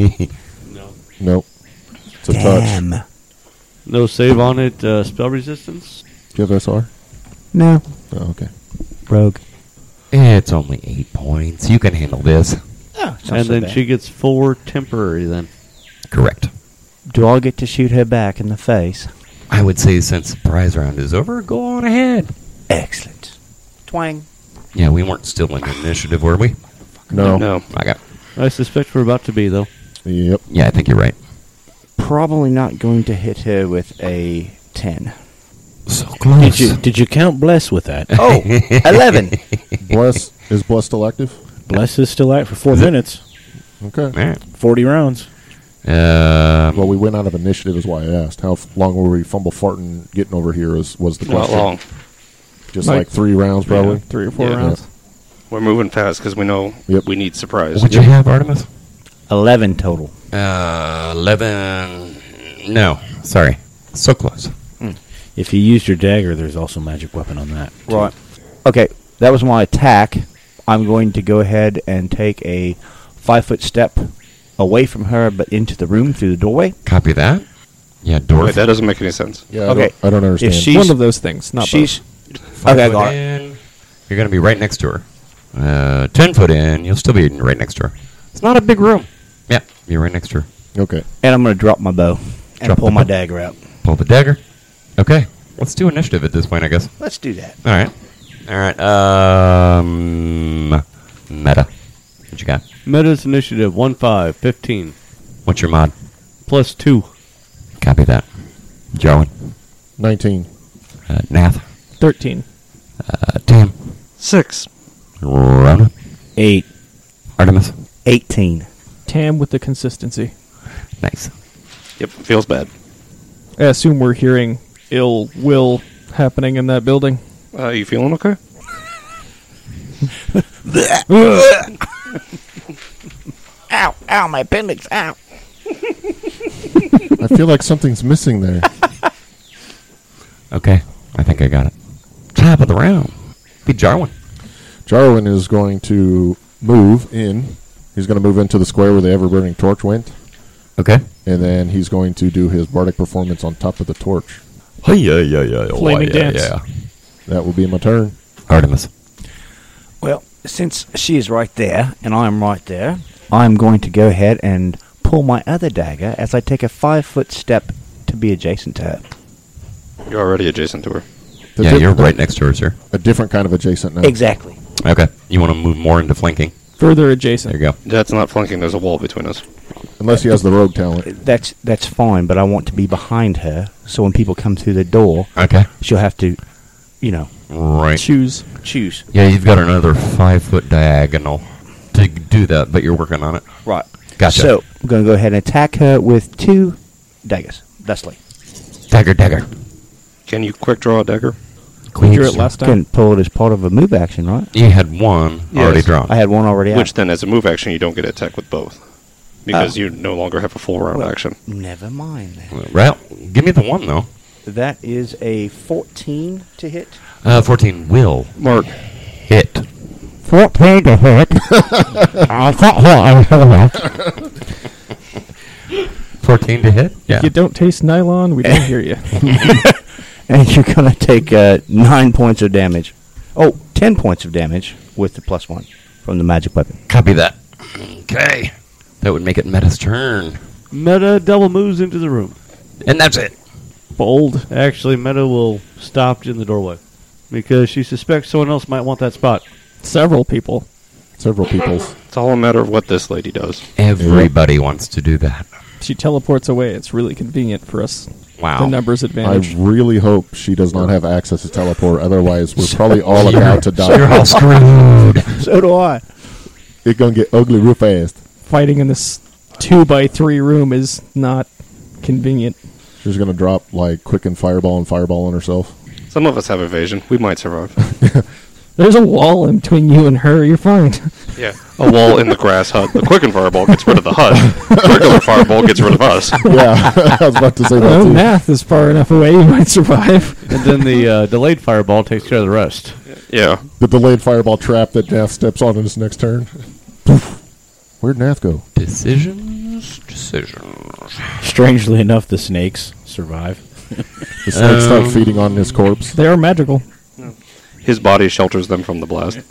Speaker 3: Nope. It's a touch.
Speaker 2: Damn.
Speaker 7: No save on it. Uh, spell resistance.
Speaker 3: Do you have SR?
Speaker 2: No.
Speaker 3: Oh, okay.
Speaker 2: Rogue.
Speaker 1: It's only eight points. You can handle this.
Speaker 2: Oh, it's not
Speaker 7: and
Speaker 2: so
Speaker 7: then
Speaker 2: bad.
Speaker 7: she gets four temporary then.
Speaker 1: Correct.
Speaker 2: Do I get to shoot her back in the face?
Speaker 1: I would say since the prize round is over, go on ahead.
Speaker 2: Excellent. Twang.
Speaker 1: Yeah, we weren't still in initiative, were we?
Speaker 3: No.
Speaker 5: No.
Speaker 1: I got.
Speaker 7: I suspect we're about to be though.
Speaker 3: Yep.
Speaker 1: Yeah, I think you're right.
Speaker 2: Probably not going to hit her with a 10.
Speaker 1: So close.
Speaker 6: Did you did you count bless with that?
Speaker 2: Oh, 11.
Speaker 3: Bless is blessed elective.
Speaker 6: Bless is still out for four minutes,
Speaker 3: Okay.
Speaker 1: All right.
Speaker 6: forty rounds.
Speaker 1: Um,
Speaker 3: Well, we went out of initiative, is why I asked. How f- long were we fumble farting getting over here? Is was the
Speaker 5: Not
Speaker 3: question?
Speaker 5: long.
Speaker 3: Just
Speaker 4: Like-
Speaker 3: like, three rounds, probably.
Speaker 4: Yeah, three or four
Speaker 5: Yeah.
Speaker 4: rounds.
Speaker 5: We're moving fast because we know
Speaker 3: Yep.
Speaker 5: we need surprise.
Speaker 1: what'd you have, Artemis?
Speaker 2: 11 total.
Speaker 1: Uh, eleven. No, sorry. So close.
Speaker 6: If you used your dagger, there's also magic weapon on that. too.
Speaker 2: Right. Okay, that was my attack. I'm going to go ahead and take a five foot step away from her, but into the room through the doorway.
Speaker 1: Copy that. Yeah, dwarf.
Speaker 5: Wait, that doesn't make any sense.
Speaker 3: Yeah. I
Speaker 2: Okay.
Speaker 3: Don't, I don't understand.
Speaker 2: If she-
Speaker 4: One of those things. Not
Speaker 2: She's
Speaker 4: both.
Speaker 1: Five
Speaker 2: okay, I
Speaker 1: foot
Speaker 2: got it.
Speaker 1: in, You're gonna be right next to her. Uh, ten foot in, you'll still be right next to her. It's not a big room. Yeah, you're right next to her.
Speaker 3: okay.
Speaker 2: and I'm going to drop my bow and
Speaker 1: Drop
Speaker 2: pull
Speaker 1: the
Speaker 2: my
Speaker 1: bow.
Speaker 2: dagger out.
Speaker 1: Pull the dagger. Okay, let's do initiative at this point, I guess.
Speaker 2: Let's do that.
Speaker 1: All right, all right. Um, meta. What you got?
Speaker 7: Meta's initiative one five fifteen
Speaker 1: What's your mod?
Speaker 7: plus two.
Speaker 1: Copy that. Joan.
Speaker 3: Nineteen.
Speaker 1: Uh, Nath.
Speaker 4: Thirteen.
Speaker 1: Uh, Tam.
Speaker 5: Six.
Speaker 1: Rona.
Speaker 6: Eight.
Speaker 1: Artemis.
Speaker 2: 18.
Speaker 4: Tam with the consistency.
Speaker 1: Nice.
Speaker 5: Yep, feels bad.
Speaker 4: I assume we're hearing ill will happening in that building.
Speaker 5: Uh, you feeling okay?
Speaker 2: Ow, ow, my appendix, ow.
Speaker 3: I feel like something's missing there.
Speaker 1: Okay, I think I got it. Top of the round. Be Jarwin.
Speaker 3: Jarwin is going to move in. He's going to move into the square where the ever burning torch went,
Speaker 1: Okay.
Speaker 3: and then he's going to do his bardic performance on top of the torch.
Speaker 1: Hey, yeah, yeah, yeah.
Speaker 4: Flaming yeah, dance. yeah.
Speaker 3: That will be my turn.
Speaker 1: Artemis.
Speaker 2: Well, since she is right there and I am right there, I'm going to go ahead and pull my other dagger as I take a five foot step to be adjacent to her.
Speaker 5: You're already adjacent to her.
Speaker 3: The
Speaker 1: yeah,
Speaker 3: diff-
Speaker 1: you're
Speaker 3: the-
Speaker 1: right next to her, sir.
Speaker 3: A different kind of adjacent now.
Speaker 2: Exactly.
Speaker 1: Okay. You want to move more into flanking?
Speaker 4: Further
Speaker 1: There
Speaker 4: adjacent.
Speaker 1: you go.
Speaker 5: That's not flanking. There's a wall between us.
Speaker 3: Unless he has the rogue talent.
Speaker 2: That's that's fine, but I want to be behind her so when people come through the door,
Speaker 1: Okay.
Speaker 2: she'll have to, you know,
Speaker 1: Right.
Speaker 4: Choose.
Speaker 2: choose.
Speaker 1: Yeah, you've got another five foot diagonal to do that, but you're working on it.
Speaker 2: Right.
Speaker 1: Gotcha.
Speaker 2: So I'm going to go ahead and attack her with two daggers. Dustley.
Speaker 1: Dagger, dagger.
Speaker 5: Can you quick draw a dagger?
Speaker 4: We drew
Speaker 1: Queen's
Speaker 4: it last time.
Speaker 2: Couldn't pull it as part of a move action, right?
Speaker 1: You had one
Speaker 5: Yes.
Speaker 1: already drawn.
Speaker 2: I had one already out.
Speaker 5: Which then, as a move action, you don't get attack with both
Speaker 3: Uh.
Speaker 5: because you no longer have a full round
Speaker 2: Well-
Speaker 5: action.
Speaker 2: Never mind. Then.
Speaker 1: well, give me the one, though.
Speaker 2: That is a 14 to hit.
Speaker 1: Uh, 14 will
Speaker 5: Mark,
Speaker 1: hit.
Speaker 2: 14 to hit. I thought, well, I was
Speaker 1: 14 to hit? Yeah.
Speaker 4: If you don't taste nylon, we don't hear you.
Speaker 2: And you're going to take uh, 9 points of damage. Oh, 10 points of damage with the plus 1 from the magic weapon.
Speaker 1: Copy that. Okay. That would make it Meta's turn.
Speaker 7: Meta double moves into the room.
Speaker 1: And that's it.
Speaker 7: Bold. Actually, Meta will stop in the doorway because she suspects someone else might want that spot.
Speaker 4: Several people.
Speaker 3: Several people's.
Speaker 5: it's all a matter of what this lady does.
Speaker 1: Everybody wants to do that.
Speaker 4: She teleports away. It's really convenient for us.
Speaker 1: Wow.
Speaker 4: The numbers
Speaker 3: I
Speaker 4: advantage.
Speaker 3: really hope she does not have access to teleport. Otherwise, we're probably all about to
Speaker 1: You're
Speaker 3: die.
Speaker 1: all screwed.
Speaker 2: So do I.
Speaker 3: It's gonna get ugly real fast.
Speaker 4: Fighting in this two by three room is not convenient.
Speaker 3: She's gonna drop like quick and fireball and fireball on herself.
Speaker 5: Some of us have evasion. We might survive.
Speaker 4: There's a wall in between you and her. You're fine.
Speaker 5: yeah. A wall in the grass hut. The quicken fireball gets rid of the hut. Regular fireball gets rid of us.
Speaker 3: Yeah, I was about to
Speaker 1: Oh,
Speaker 3: say that
Speaker 4: No
Speaker 3: too.
Speaker 4: math is far enough away. You might survive.
Speaker 7: and then the uh, delayed fireball takes care of the rest.
Speaker 5: Yeah.
Speaker 3: The delayed fireball trap that Nath steps on in his next turn. Where'd Nath go?
Speaker 1: Decisions, decisions.
Speaker 6: Strangely enough, the snakes survive.
Speaker 3: The snakes start
Speaker 1: Um,
Speaker 3: feeding on his corpse.
Speaker 4: They are magical.
Speaker 5: His body shelters them from the blast.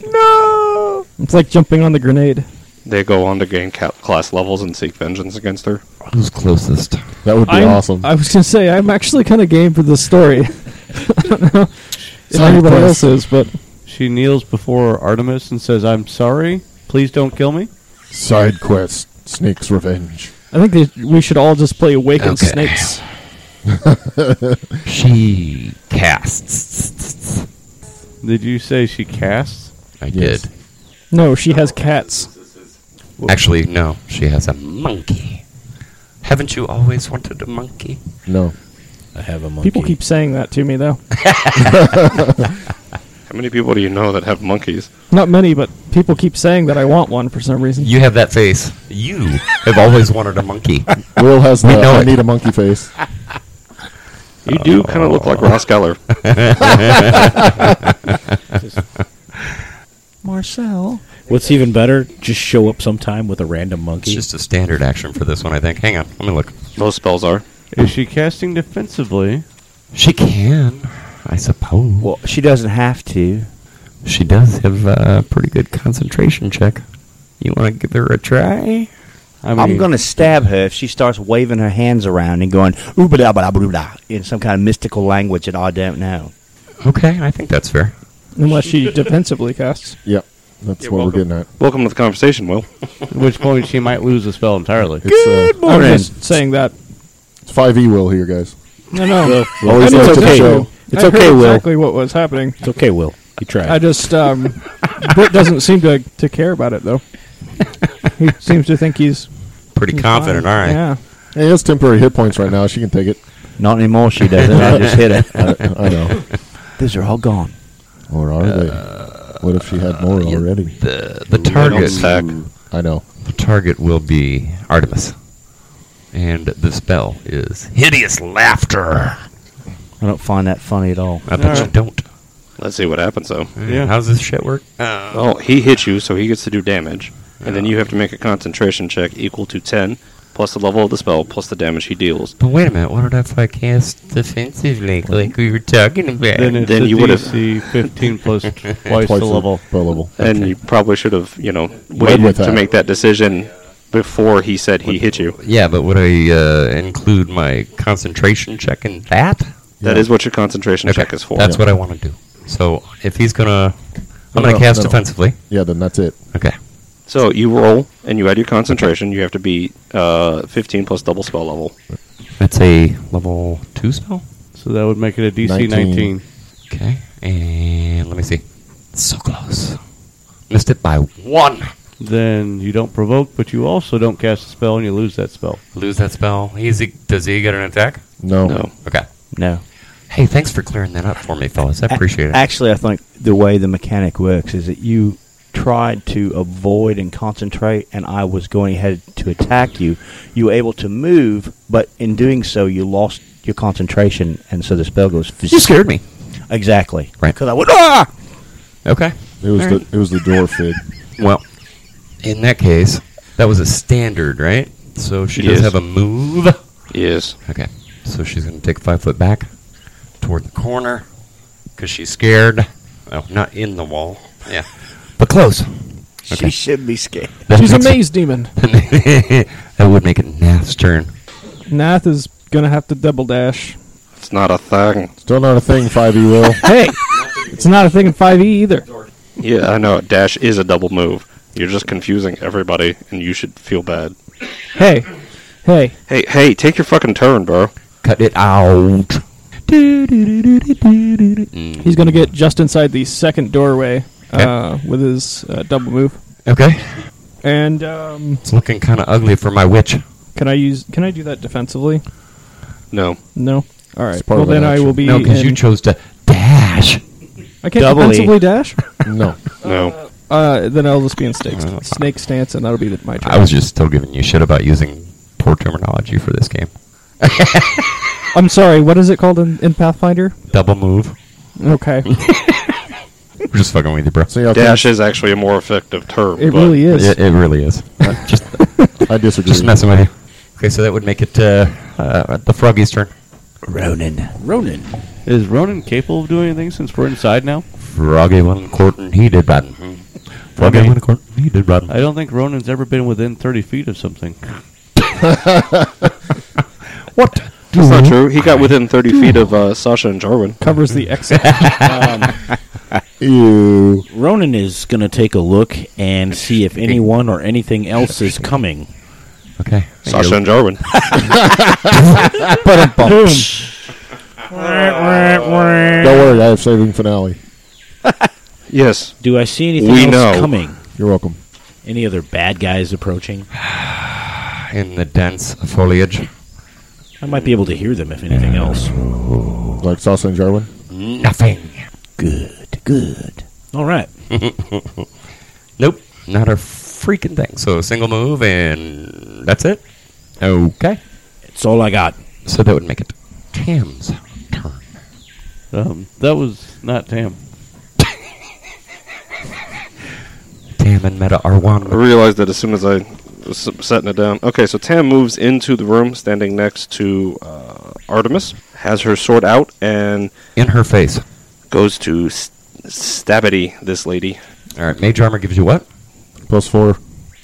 Speaker 4: It's like jumping on the grenade.
Speaker 5: They go on to gain ca- class levels and seek vengeance against her.
Speaker 1: Who's closest?
Speaker 3: That would be
Speaker 4: I'm-
Speaker 3: awesome.
Speaker 4: I was gonna say I'm actually kind of game for this story. I don't know if anybody else is, but
Speaker 7: She kneels before Artemis and says, "I'm sorry. Please don't kill me."
Speaker 3: Side quest: Snakes Revenge.
Speaker 4: I think they, we should all just play Awakened
Speaker 1: Okay.
Speaker 4: Snakes.
Speaker 1: She casts.
Speaker 7: Did you say she casts?
Speaker 1: I
Speaker 3: Yes.
Speaker 1: did.
Speaker 4: No, she has cats.
Speaker 1: Actually, no. She has a monkey. Haven't you always wanted a monkey?
Speaker 3: No,
Speaker 6: I have a monkey.
Speaker 4: People keep saying that to me though.
Speaker 5: How many people do you know that have monkeys?
Speaker 4: Not many, but people keep saying that I want one for some reason.
Speaker 1: You have that face. You have always wanted a monkey.
Speaker 3: Will has the
Speaker 1: know
Speaker 3: I
Speaker 1: it.
Speaker 3: need a monkey face.
Speaker 5: You do kind of look like Ross Geller.
Speaker 4: Marcel.
Speaker 6: What's even better? Just show up sometime with a random
Speaker 1: It's
Speaker 6: monkey.
Speaker 1: just a standard action for this one, I think. Hang on, let me look.
Speaker 5: Most spells are.
Speaker 7: Is she casting defensively?
Speaker 1: She can, I suppose.
Speaker 2: Well, she doesn't have to.
Speaker 1: she does have a pretty good concentration check. You want to give her a try?
Speaker 7: I
Speaker 2: I'm going to stab her if she starts waving her hands around and going "Ooh, blah, blah, blah, blah," in some kind of mystical language that I don't know.
Speaker 1: Okay, I think that's fair.
Speaker 4: Unless she defensively casts.
Speaker 3: Yep, that's
Speaker 5: You're
Speaker 3: what
Speaker 5: welcome.
Speaker 3: we're getting at.
Speaker 5: Welcome to the conversation, Will.
Speaker 7: At which point she might lose the spell entirely.
Speaker 3: It's, uh,
Speaker 4: I'm just saying that.
Speaker 3: it's 5e Will here, guys.
Speaker 4: No, no.
Speaker 3: Always
Speaker 4: I
Speaker 3: late to
Speaker 4: didn't
Speaker 3: the
Speaker 4: know.
Speaker 3: show.
Speaker 6: It's
Speaker 4: I
Speaker 6: okay,
Speaker 4: heard
Speaker 6: Will.
Speaker 4: exactly what was happening.
Speaker 6: It's okay, Will. You try.
Speaker 4: I just um, Britt doesn't seem to to care about it though. He seems to think he's
Speaker 1: Pretty
Speaker 4: he's
Speaker 1: confident,
Speaker 4: fine.
Speaker 1: all right.
Speaker 4: Yeah.
Speaker 3: Hey, it's temporary hit points right now. She can take it.
Speaker 2: Not anymore. She doesn't. I just hit her.
Speaker 3: I know.
Speaker 2: These are all gone.
Speaker 3: Or are they? What if she
Speaker 1: Uh,
Speaker 3: had more already?
Speaker 1: The the
Speaker 5: Target
Speaker 1: target
Speaker 5: attack.
Speaker 3: I know.
Speaker 1: the target will be Artemis, and the spell is hideous laughter.
Speaker 2: I don't find that funny at all.
Speaker 1: I bet you
Speaker 7: Alright.
Speaker 1: don't.
Speaker 5: Let's see what happens, though.
Speaker 7: uh, Yeah.
Speaker 1: How's this shit work? Uh,
Speaker 5: Oh, he hits you, so he gets to do damage, and then you have to make a concentration check equal to 10, plus the level of the spell, plus the damage he deals.
Speaker 1: But wait a minute, what did I fuck cast defensively like we were talking about?
Speaker 7: Then it's
Speaker 5: Then
Speaker 7: a
Speaker 5: you would've-
Speaker 7: DC 15 plus twice, the level.
Speaker 3: Pro level.
Speaker 5: And you probably should have, you know, waited
Speaker 3: with
Speaker 5: to
Speaker 3: that.
Speaker 5: make that decision before he said he hit you.
Speaker 1: yeah, but would I uh, include my concentration check in that?
Speaker 5: That is what your concentration check is for.
Speaker 1: That's what I want to do. So if he's gonna, I'm
Speaker 3: No,
Speaker 1: gonna
Speaker 3: no,
Speaker 1: cast
Speaker 3: no, no.
Speaker 1: defensively.
Speaker 3: Yeah, then that's it.
Speaker 1: Okay.
Speaker 5: So you roll, and you add your concentration. You have to be uh, 15 plus double spell level.
Speaker 1: That's a level two spell.
Speaker 7: So that would make it a DC 19.
Speaker 3: 19.
Speaker 1: Okay, and let me see. So close. Missed it by one.
Speaker 7: Then you don't provoke, but you also don't cast a spell and you lose that spell.
Speaker 1: Lose that spell. He's, does he get an attack?
Speaker 3: No.
Speaker 5: No.
Speaker 1: Okay.
Speaker 2: No.
Speaker 1: Hey, thanks for clearing that up for me, fellas. I appreciate it.
Speaker 2: Actually, I think the way the mechanic works is that you tried to avoid and concentrate, and I was going ahead to attack you. You were able to move, but in doing so, you lost your concentration, and so the spell goes.
Speaker 1: you scared me.
Speaker 2: Exactly.
Speaker 1: Right.
Speaker 2: Because I went, ah!
Speaker 1: Okay.
Speaker 3: It was
Speaker 1: Alright.
Speaker 3: the it was the dwarf fig.
Speaker 1: Well, in that case, that was a standard, right? So she does
Speaker 5: Yes.
Speaker 1: have a move.
Speaker 5: Yes.
Speaker 1: Okay. So she's going to take five foot back toward the corner because she's scared. Oh, not in the wall. Yeah. But close. Okay.
Speaker 2: She should be scared.
Speaker 4: She's a maze demon.
Speaker 1: that would make it Nath's turn.
Speaker 4: Nath is gonna have to double dash.
Speaker 5: It's not a thing.
Speaker 3: Still not a thing, 5e Will.
Speaker 4: Hey, it's not a thing in 5e either.
Speaker 5: Yeah, I know. Dash is a double move. You're just confusing everybody, and you should feel bad.
Speaker 4: Hey, hey,
Speaker 5: Hey, hey, take your fucking turn, bro.
Speaker 1: Cut it out.
Speaker 4: he's gonna get just inside the second doorway uh, with his uh, double move.
Speaker 1: Okay.
Speaker 4: And um,
Speaker 1: It's looking kind of ugly for my witch.
Speaker 4: can I use? Can I do that defensively?
Speaker 5: No.
Speaker 4: No. All right.
Speaker 2: It's part
Speaker 4: Well,
Speaker 2: of that
Speaker 4: then I
Speaker 2: action.
Speaker 4: will be.
Speaker 1: no, because you
Speaker 4: in-
Speaker 1: chose to dash.
Speaker 4: I can't
Speaker 2: Double E.
Speaker 4: defensively dash.
Speaker 3: No.
Speaker 5: No.
Speaker 4: Uh, then I'll just be in snake
Speaker 1: Uh,
Speaker 4: snake stance, and that'll be the, my turn.
Speaker 1: I was just still giving you shit about using poor terminology for this game.
Speaker 4: I'm sorry. What is it called in, in Pathfinder?
Speaker 1: Double move.
Speaker 4: Okay.
Speaker 1: We're just fucking with you, bro.
Speaker 3: So y'all
Speaker 5: Dash is actually a more effective term.
Speaker 4: It
Speaker 5: but
Speaker 4: really is.
Speaker 1: It, it really is. just,
Speaker 3: I disagree.
Speaker 1: just messing with you. Okay, so that would make it uh, uh, the froggy's turn.
Speaker 2: Ronan.
Speaker 6: Ronan.
Speaker 7: Is Ronan capable of doing anything since we're inside now?
Speaker 1: Froggy one court and he did rotten. Froggy
Speaker 7: Okay.
Speaker 1: one court and he did rotten.
Speaker 7: I don't think Ronan's ever been within 30 feet of something.
Speaker 1: What?
Speaker 5: That's not true. He got within 30 feet of uh, Sasha and Jarwin.
Speaker 4: Covers the X.
Speaker 3: Ew.
Speaker 6: Ronan is going to take a look and see if anyone or anything else is coming.
Speaker 1: Okay.
Speaker 5: Sasha and Jarwin.
Speaker 3: Don't worry, I have saving finale.
Speaker 5: yes.
Speaker 6: Do I see anything
Speaker 5: We
Speaker 6: else
Speaker 5: know.
Speaker 6: coming?
Speaker 3: You're welcome.
Speaker 6: Any other bad guys approaching?
Speaker 1: In the dense foliage.
Speaker 6: I might be able to hear them if anything else.
Speaker 3: Like Salsa and Jarwin.
Speaker 1: Nothing.
Speaker 6: Good, good. All right.
Speaker 1: Nope. Not a freaking thing. So single move and that's it. Okay.
Speaker 6: It's all I got.
Speaker 1: So that would make it Tam's turn.
Speaker 7: Um, that was not Tam.
Speaker 1: Tam and Meta are
Speaker 5: I
Speaker 1: one.
Speaker 5: realized that as soon as I was s- setting it down. Okay, so Tam moves into the room, standing next to uh, Artemis, has her sword out, and
Speaker 1: In her face.
Speaker 5: goes to st- stabity this lady.
Speaker 1: All right. Mage armor gives you what?
Speaker 3: Plus four.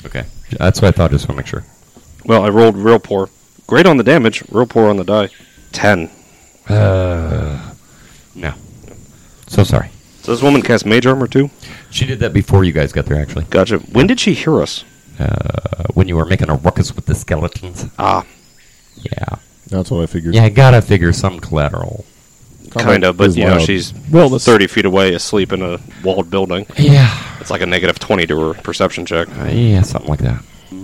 Speaker 1: Okay. That's what I thought. Just want to make sure.
Speaker 5: Well, I rolled real poor. Great on the damage, real poor on the die. 10.
Speaker 1: Uh, no. So sorry.
Speaker 5: So this woman cast mage armor too?
Speaker 1: She did that before you guys got there, actually.
Speaker 5: Gotcha. When did she hear us?
Speaker 1: Uh, when you were making a ruckus with the skeletons.
Speaker 5: Ah,
Speaker 1: Yeah.
Speaker 3: That's what I figured.
Speaker 1: Yeah, I gotta figure some collateral.
Speaker 3: Combat
Speaker 5: kind of, but
Speaker 3: is
Speaker 5: you know,
Speaker 3: loud.
Speaker 5: she's
Speaker 4: Roll this.
Speaker 5: 30 feet away asleep in a walled building.
Speaker 1: Yeah.
Speaker 5: It's like a negative 20 to her perception check.
Speaker 1: Uh, yeah, something like that.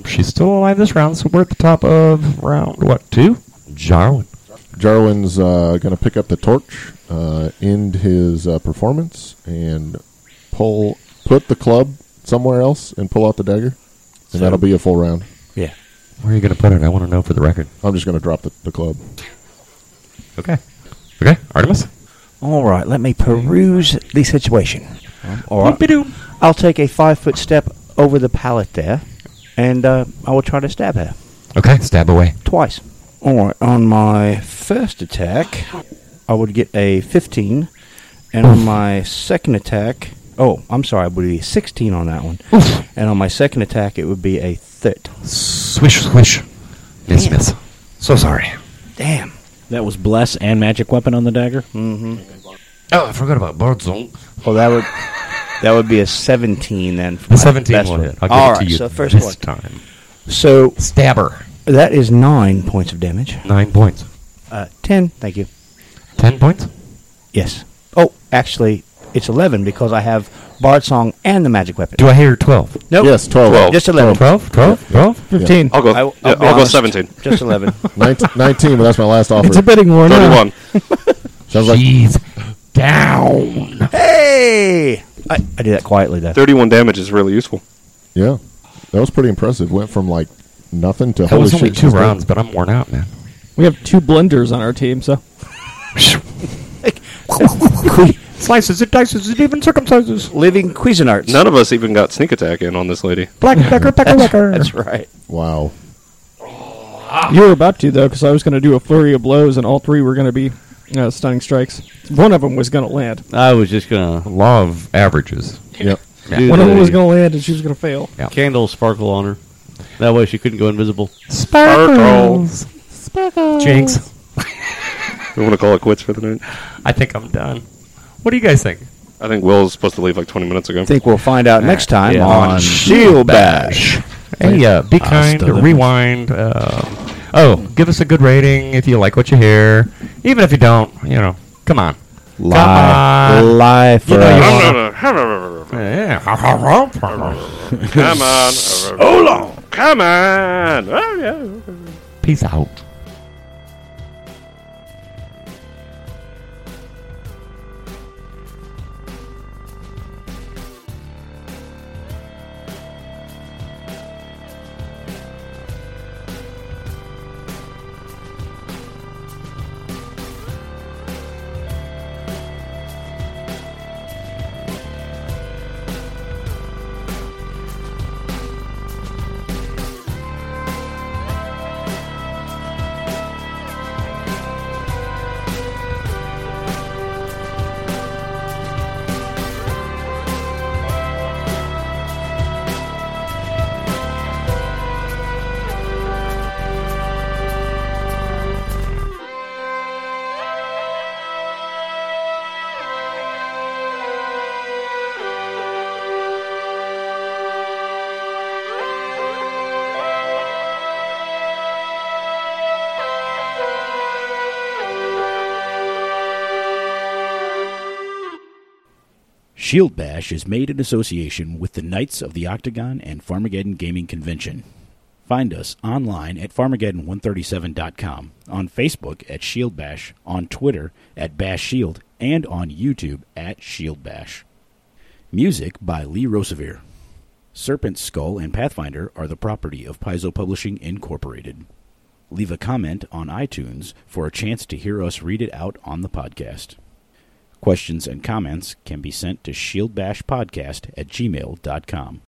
Speaker 1: She's still alive this round, so we're at the top of round, what, two? Jarwin.
Speaker 3: Jarwin's uh, going to pick up the torch, uh, end his uh, performance, and pull put the club somewhere else and pull out the dagger, and that'll be a full round.
Speaker 6: Yeah.
Speaker 1: Where are you gonna put it? I want to know for the record.
Speaker 3: I'm just going to drop the, the club.
Speaker 1: Okay. Okay, Artemis?
Speaker 2: All right, let me peruse the situation. All right. I'll take a five foot step over the pallet there, and uh, I will try to stab her
Speaker 1: Okay, stab away.
Speaker 2: twice. All right, on my first attack, I would get a 15, and on my second attack, oh, I'm sorry, it would be 16 on that one. And on my second attack, it would be a 30.
Speaker 1: Swish, swish. Miss,
Speaker 2: Damn.
Speaker 1: miss. So sorry.
Speaker 2: Damn.
Speaker 6: That was bless and magic weapon on the dagger.
Speaker 2: Mm-hmm.
Speaker 1: Oh, I forgot about Bard Zone.
Speaker 2: Well, that would that would be a 17 then. for
Speaker 1: The
Speaker 2: my
Speaker 1: 17
Speaker 2: best
Speaker 1: will
Speaker 2: one.
Speaker 1: hit. I'll give
Speaker 2: All
Speaker 1: it to
Speaker 2: right,
Speaker 1: you
Speaker 2: so first
Speaker 1: this
Speaker 2: one.
Speaker 1: time.
Speaker 2: So
Speaker 1: Stabber.
Speaker 2: that is nine points of damage.
Speaker 1: Nine points.
Speaker 2: Uh, ten, thank you.
Speaker 1: Ten points?
Speaker 2: Yes. Oh, actually, it's eleven because I have Bard Song and the magic weapon.
Speaker 1: Do I hear 12?
Speaker 2: Nope.
Speaker 3: Yes, 12.
Speaker 2: Just eleven.
Speaker 1: 12? 12? 12?
Speaker 4: Fifteen.
Speaker 5: I'll go,
Speaker 2: I- I'll
Speaker 5: yeah,
Speaker 2: be
Speaker 5: I'll go
Speaker 2: honest.
Speaker 5: 17.
Speaker 2: Just eleven.
Speaker 3: Nin- 19, but that's my last offer.
Speaker 4: It's a bidding war now.
Speaker 5: 31.
Speaker 3: Sounds like
Speaker 1: He's down.
Speaker 2: hey, I, I did that quietly though.
Speaker 5: 31 damage is really useful.
Speaker 3: yeah, that was pretty impressive. Went from like nothing to
Speaker 1: That
Speaker 3: holy
Speaker 1: was only
Speaker 3: shit,
Speaker 1: two
Speaker 3: she's dead.
Speaker 1: rounds, but I'm worn out, man.
Speaker 4: We have two blenders on our team, so
Speaker 1: Slices and dices and even circumcises.
Speaker 2: Living Cuisinarts.
Speaker 5: None of us even got sneak attack in on this lady.
Speaker 1: Black pecker, pecker, pecker.
Speaker 2: That's right.
Speaker 3: Wow.
Speaker 4: you were about to though, because I was going to do a flurry of blows, and all three were going to be uh, stunning strikes. One of them was going to land.
Speaker 7: I was just going to
Speaker 1: Law of averages.
Speaker 3: Yep.
Speaker 7: do
Speaker 4: One of them
Speaker 7: the
Speaker 4: was going to land, and she was going to fail.
Speaker 7: candle sparkle on her. That way she couldn't go invisible.
Speaker 1: Sparkles. Jinx.
Speaker 5: We want to call it quits for the night.
Speaker 1: I think I'm done. What do you guys think?
Speaker 5: I think Will is supposed to leave like 20 minutes ago.
Speaker 2: I think we'll find out next time
Speaker 1: Yeah.
Speaker 2: on
Speaker 1: On
Speaker 2: Shield Bash.
Speaker 1: Hey, uh, be kind,
Speaker 6: Hasta la-
Speaker 1: rewind. Uh, oh, give us a good rating if you like what you hear. Even if you don't, you know, come on.
Speaker 2: Lie,
Speaker 1: on.
Speaker 2: lie for
Speaker 1: know you
Speaker 2: us.
Speaker 1: wanna-
Speaker 5: No, no, no. Come on. Hold on. Come on. Oh,
Speaker 1: Peace out.
Speaker 6: Shield Bash is made in association with the Knights of the Octagon and Farmageddon Gaming Convention. Find us online at farmageddon137.com, on Facebook at Shield Bash, on Twitter at Bash Shield, and on YouTube at Shield Bash. Music by Lee Rosevere. Serpent Skull and Pathfinder are the property of Paizo Publishing Incorporated. Leave a comment on iTunes for a chance to hear us read it out on the podcast. Questions and comments can be sent to shieldbashpodcast at gmail.com.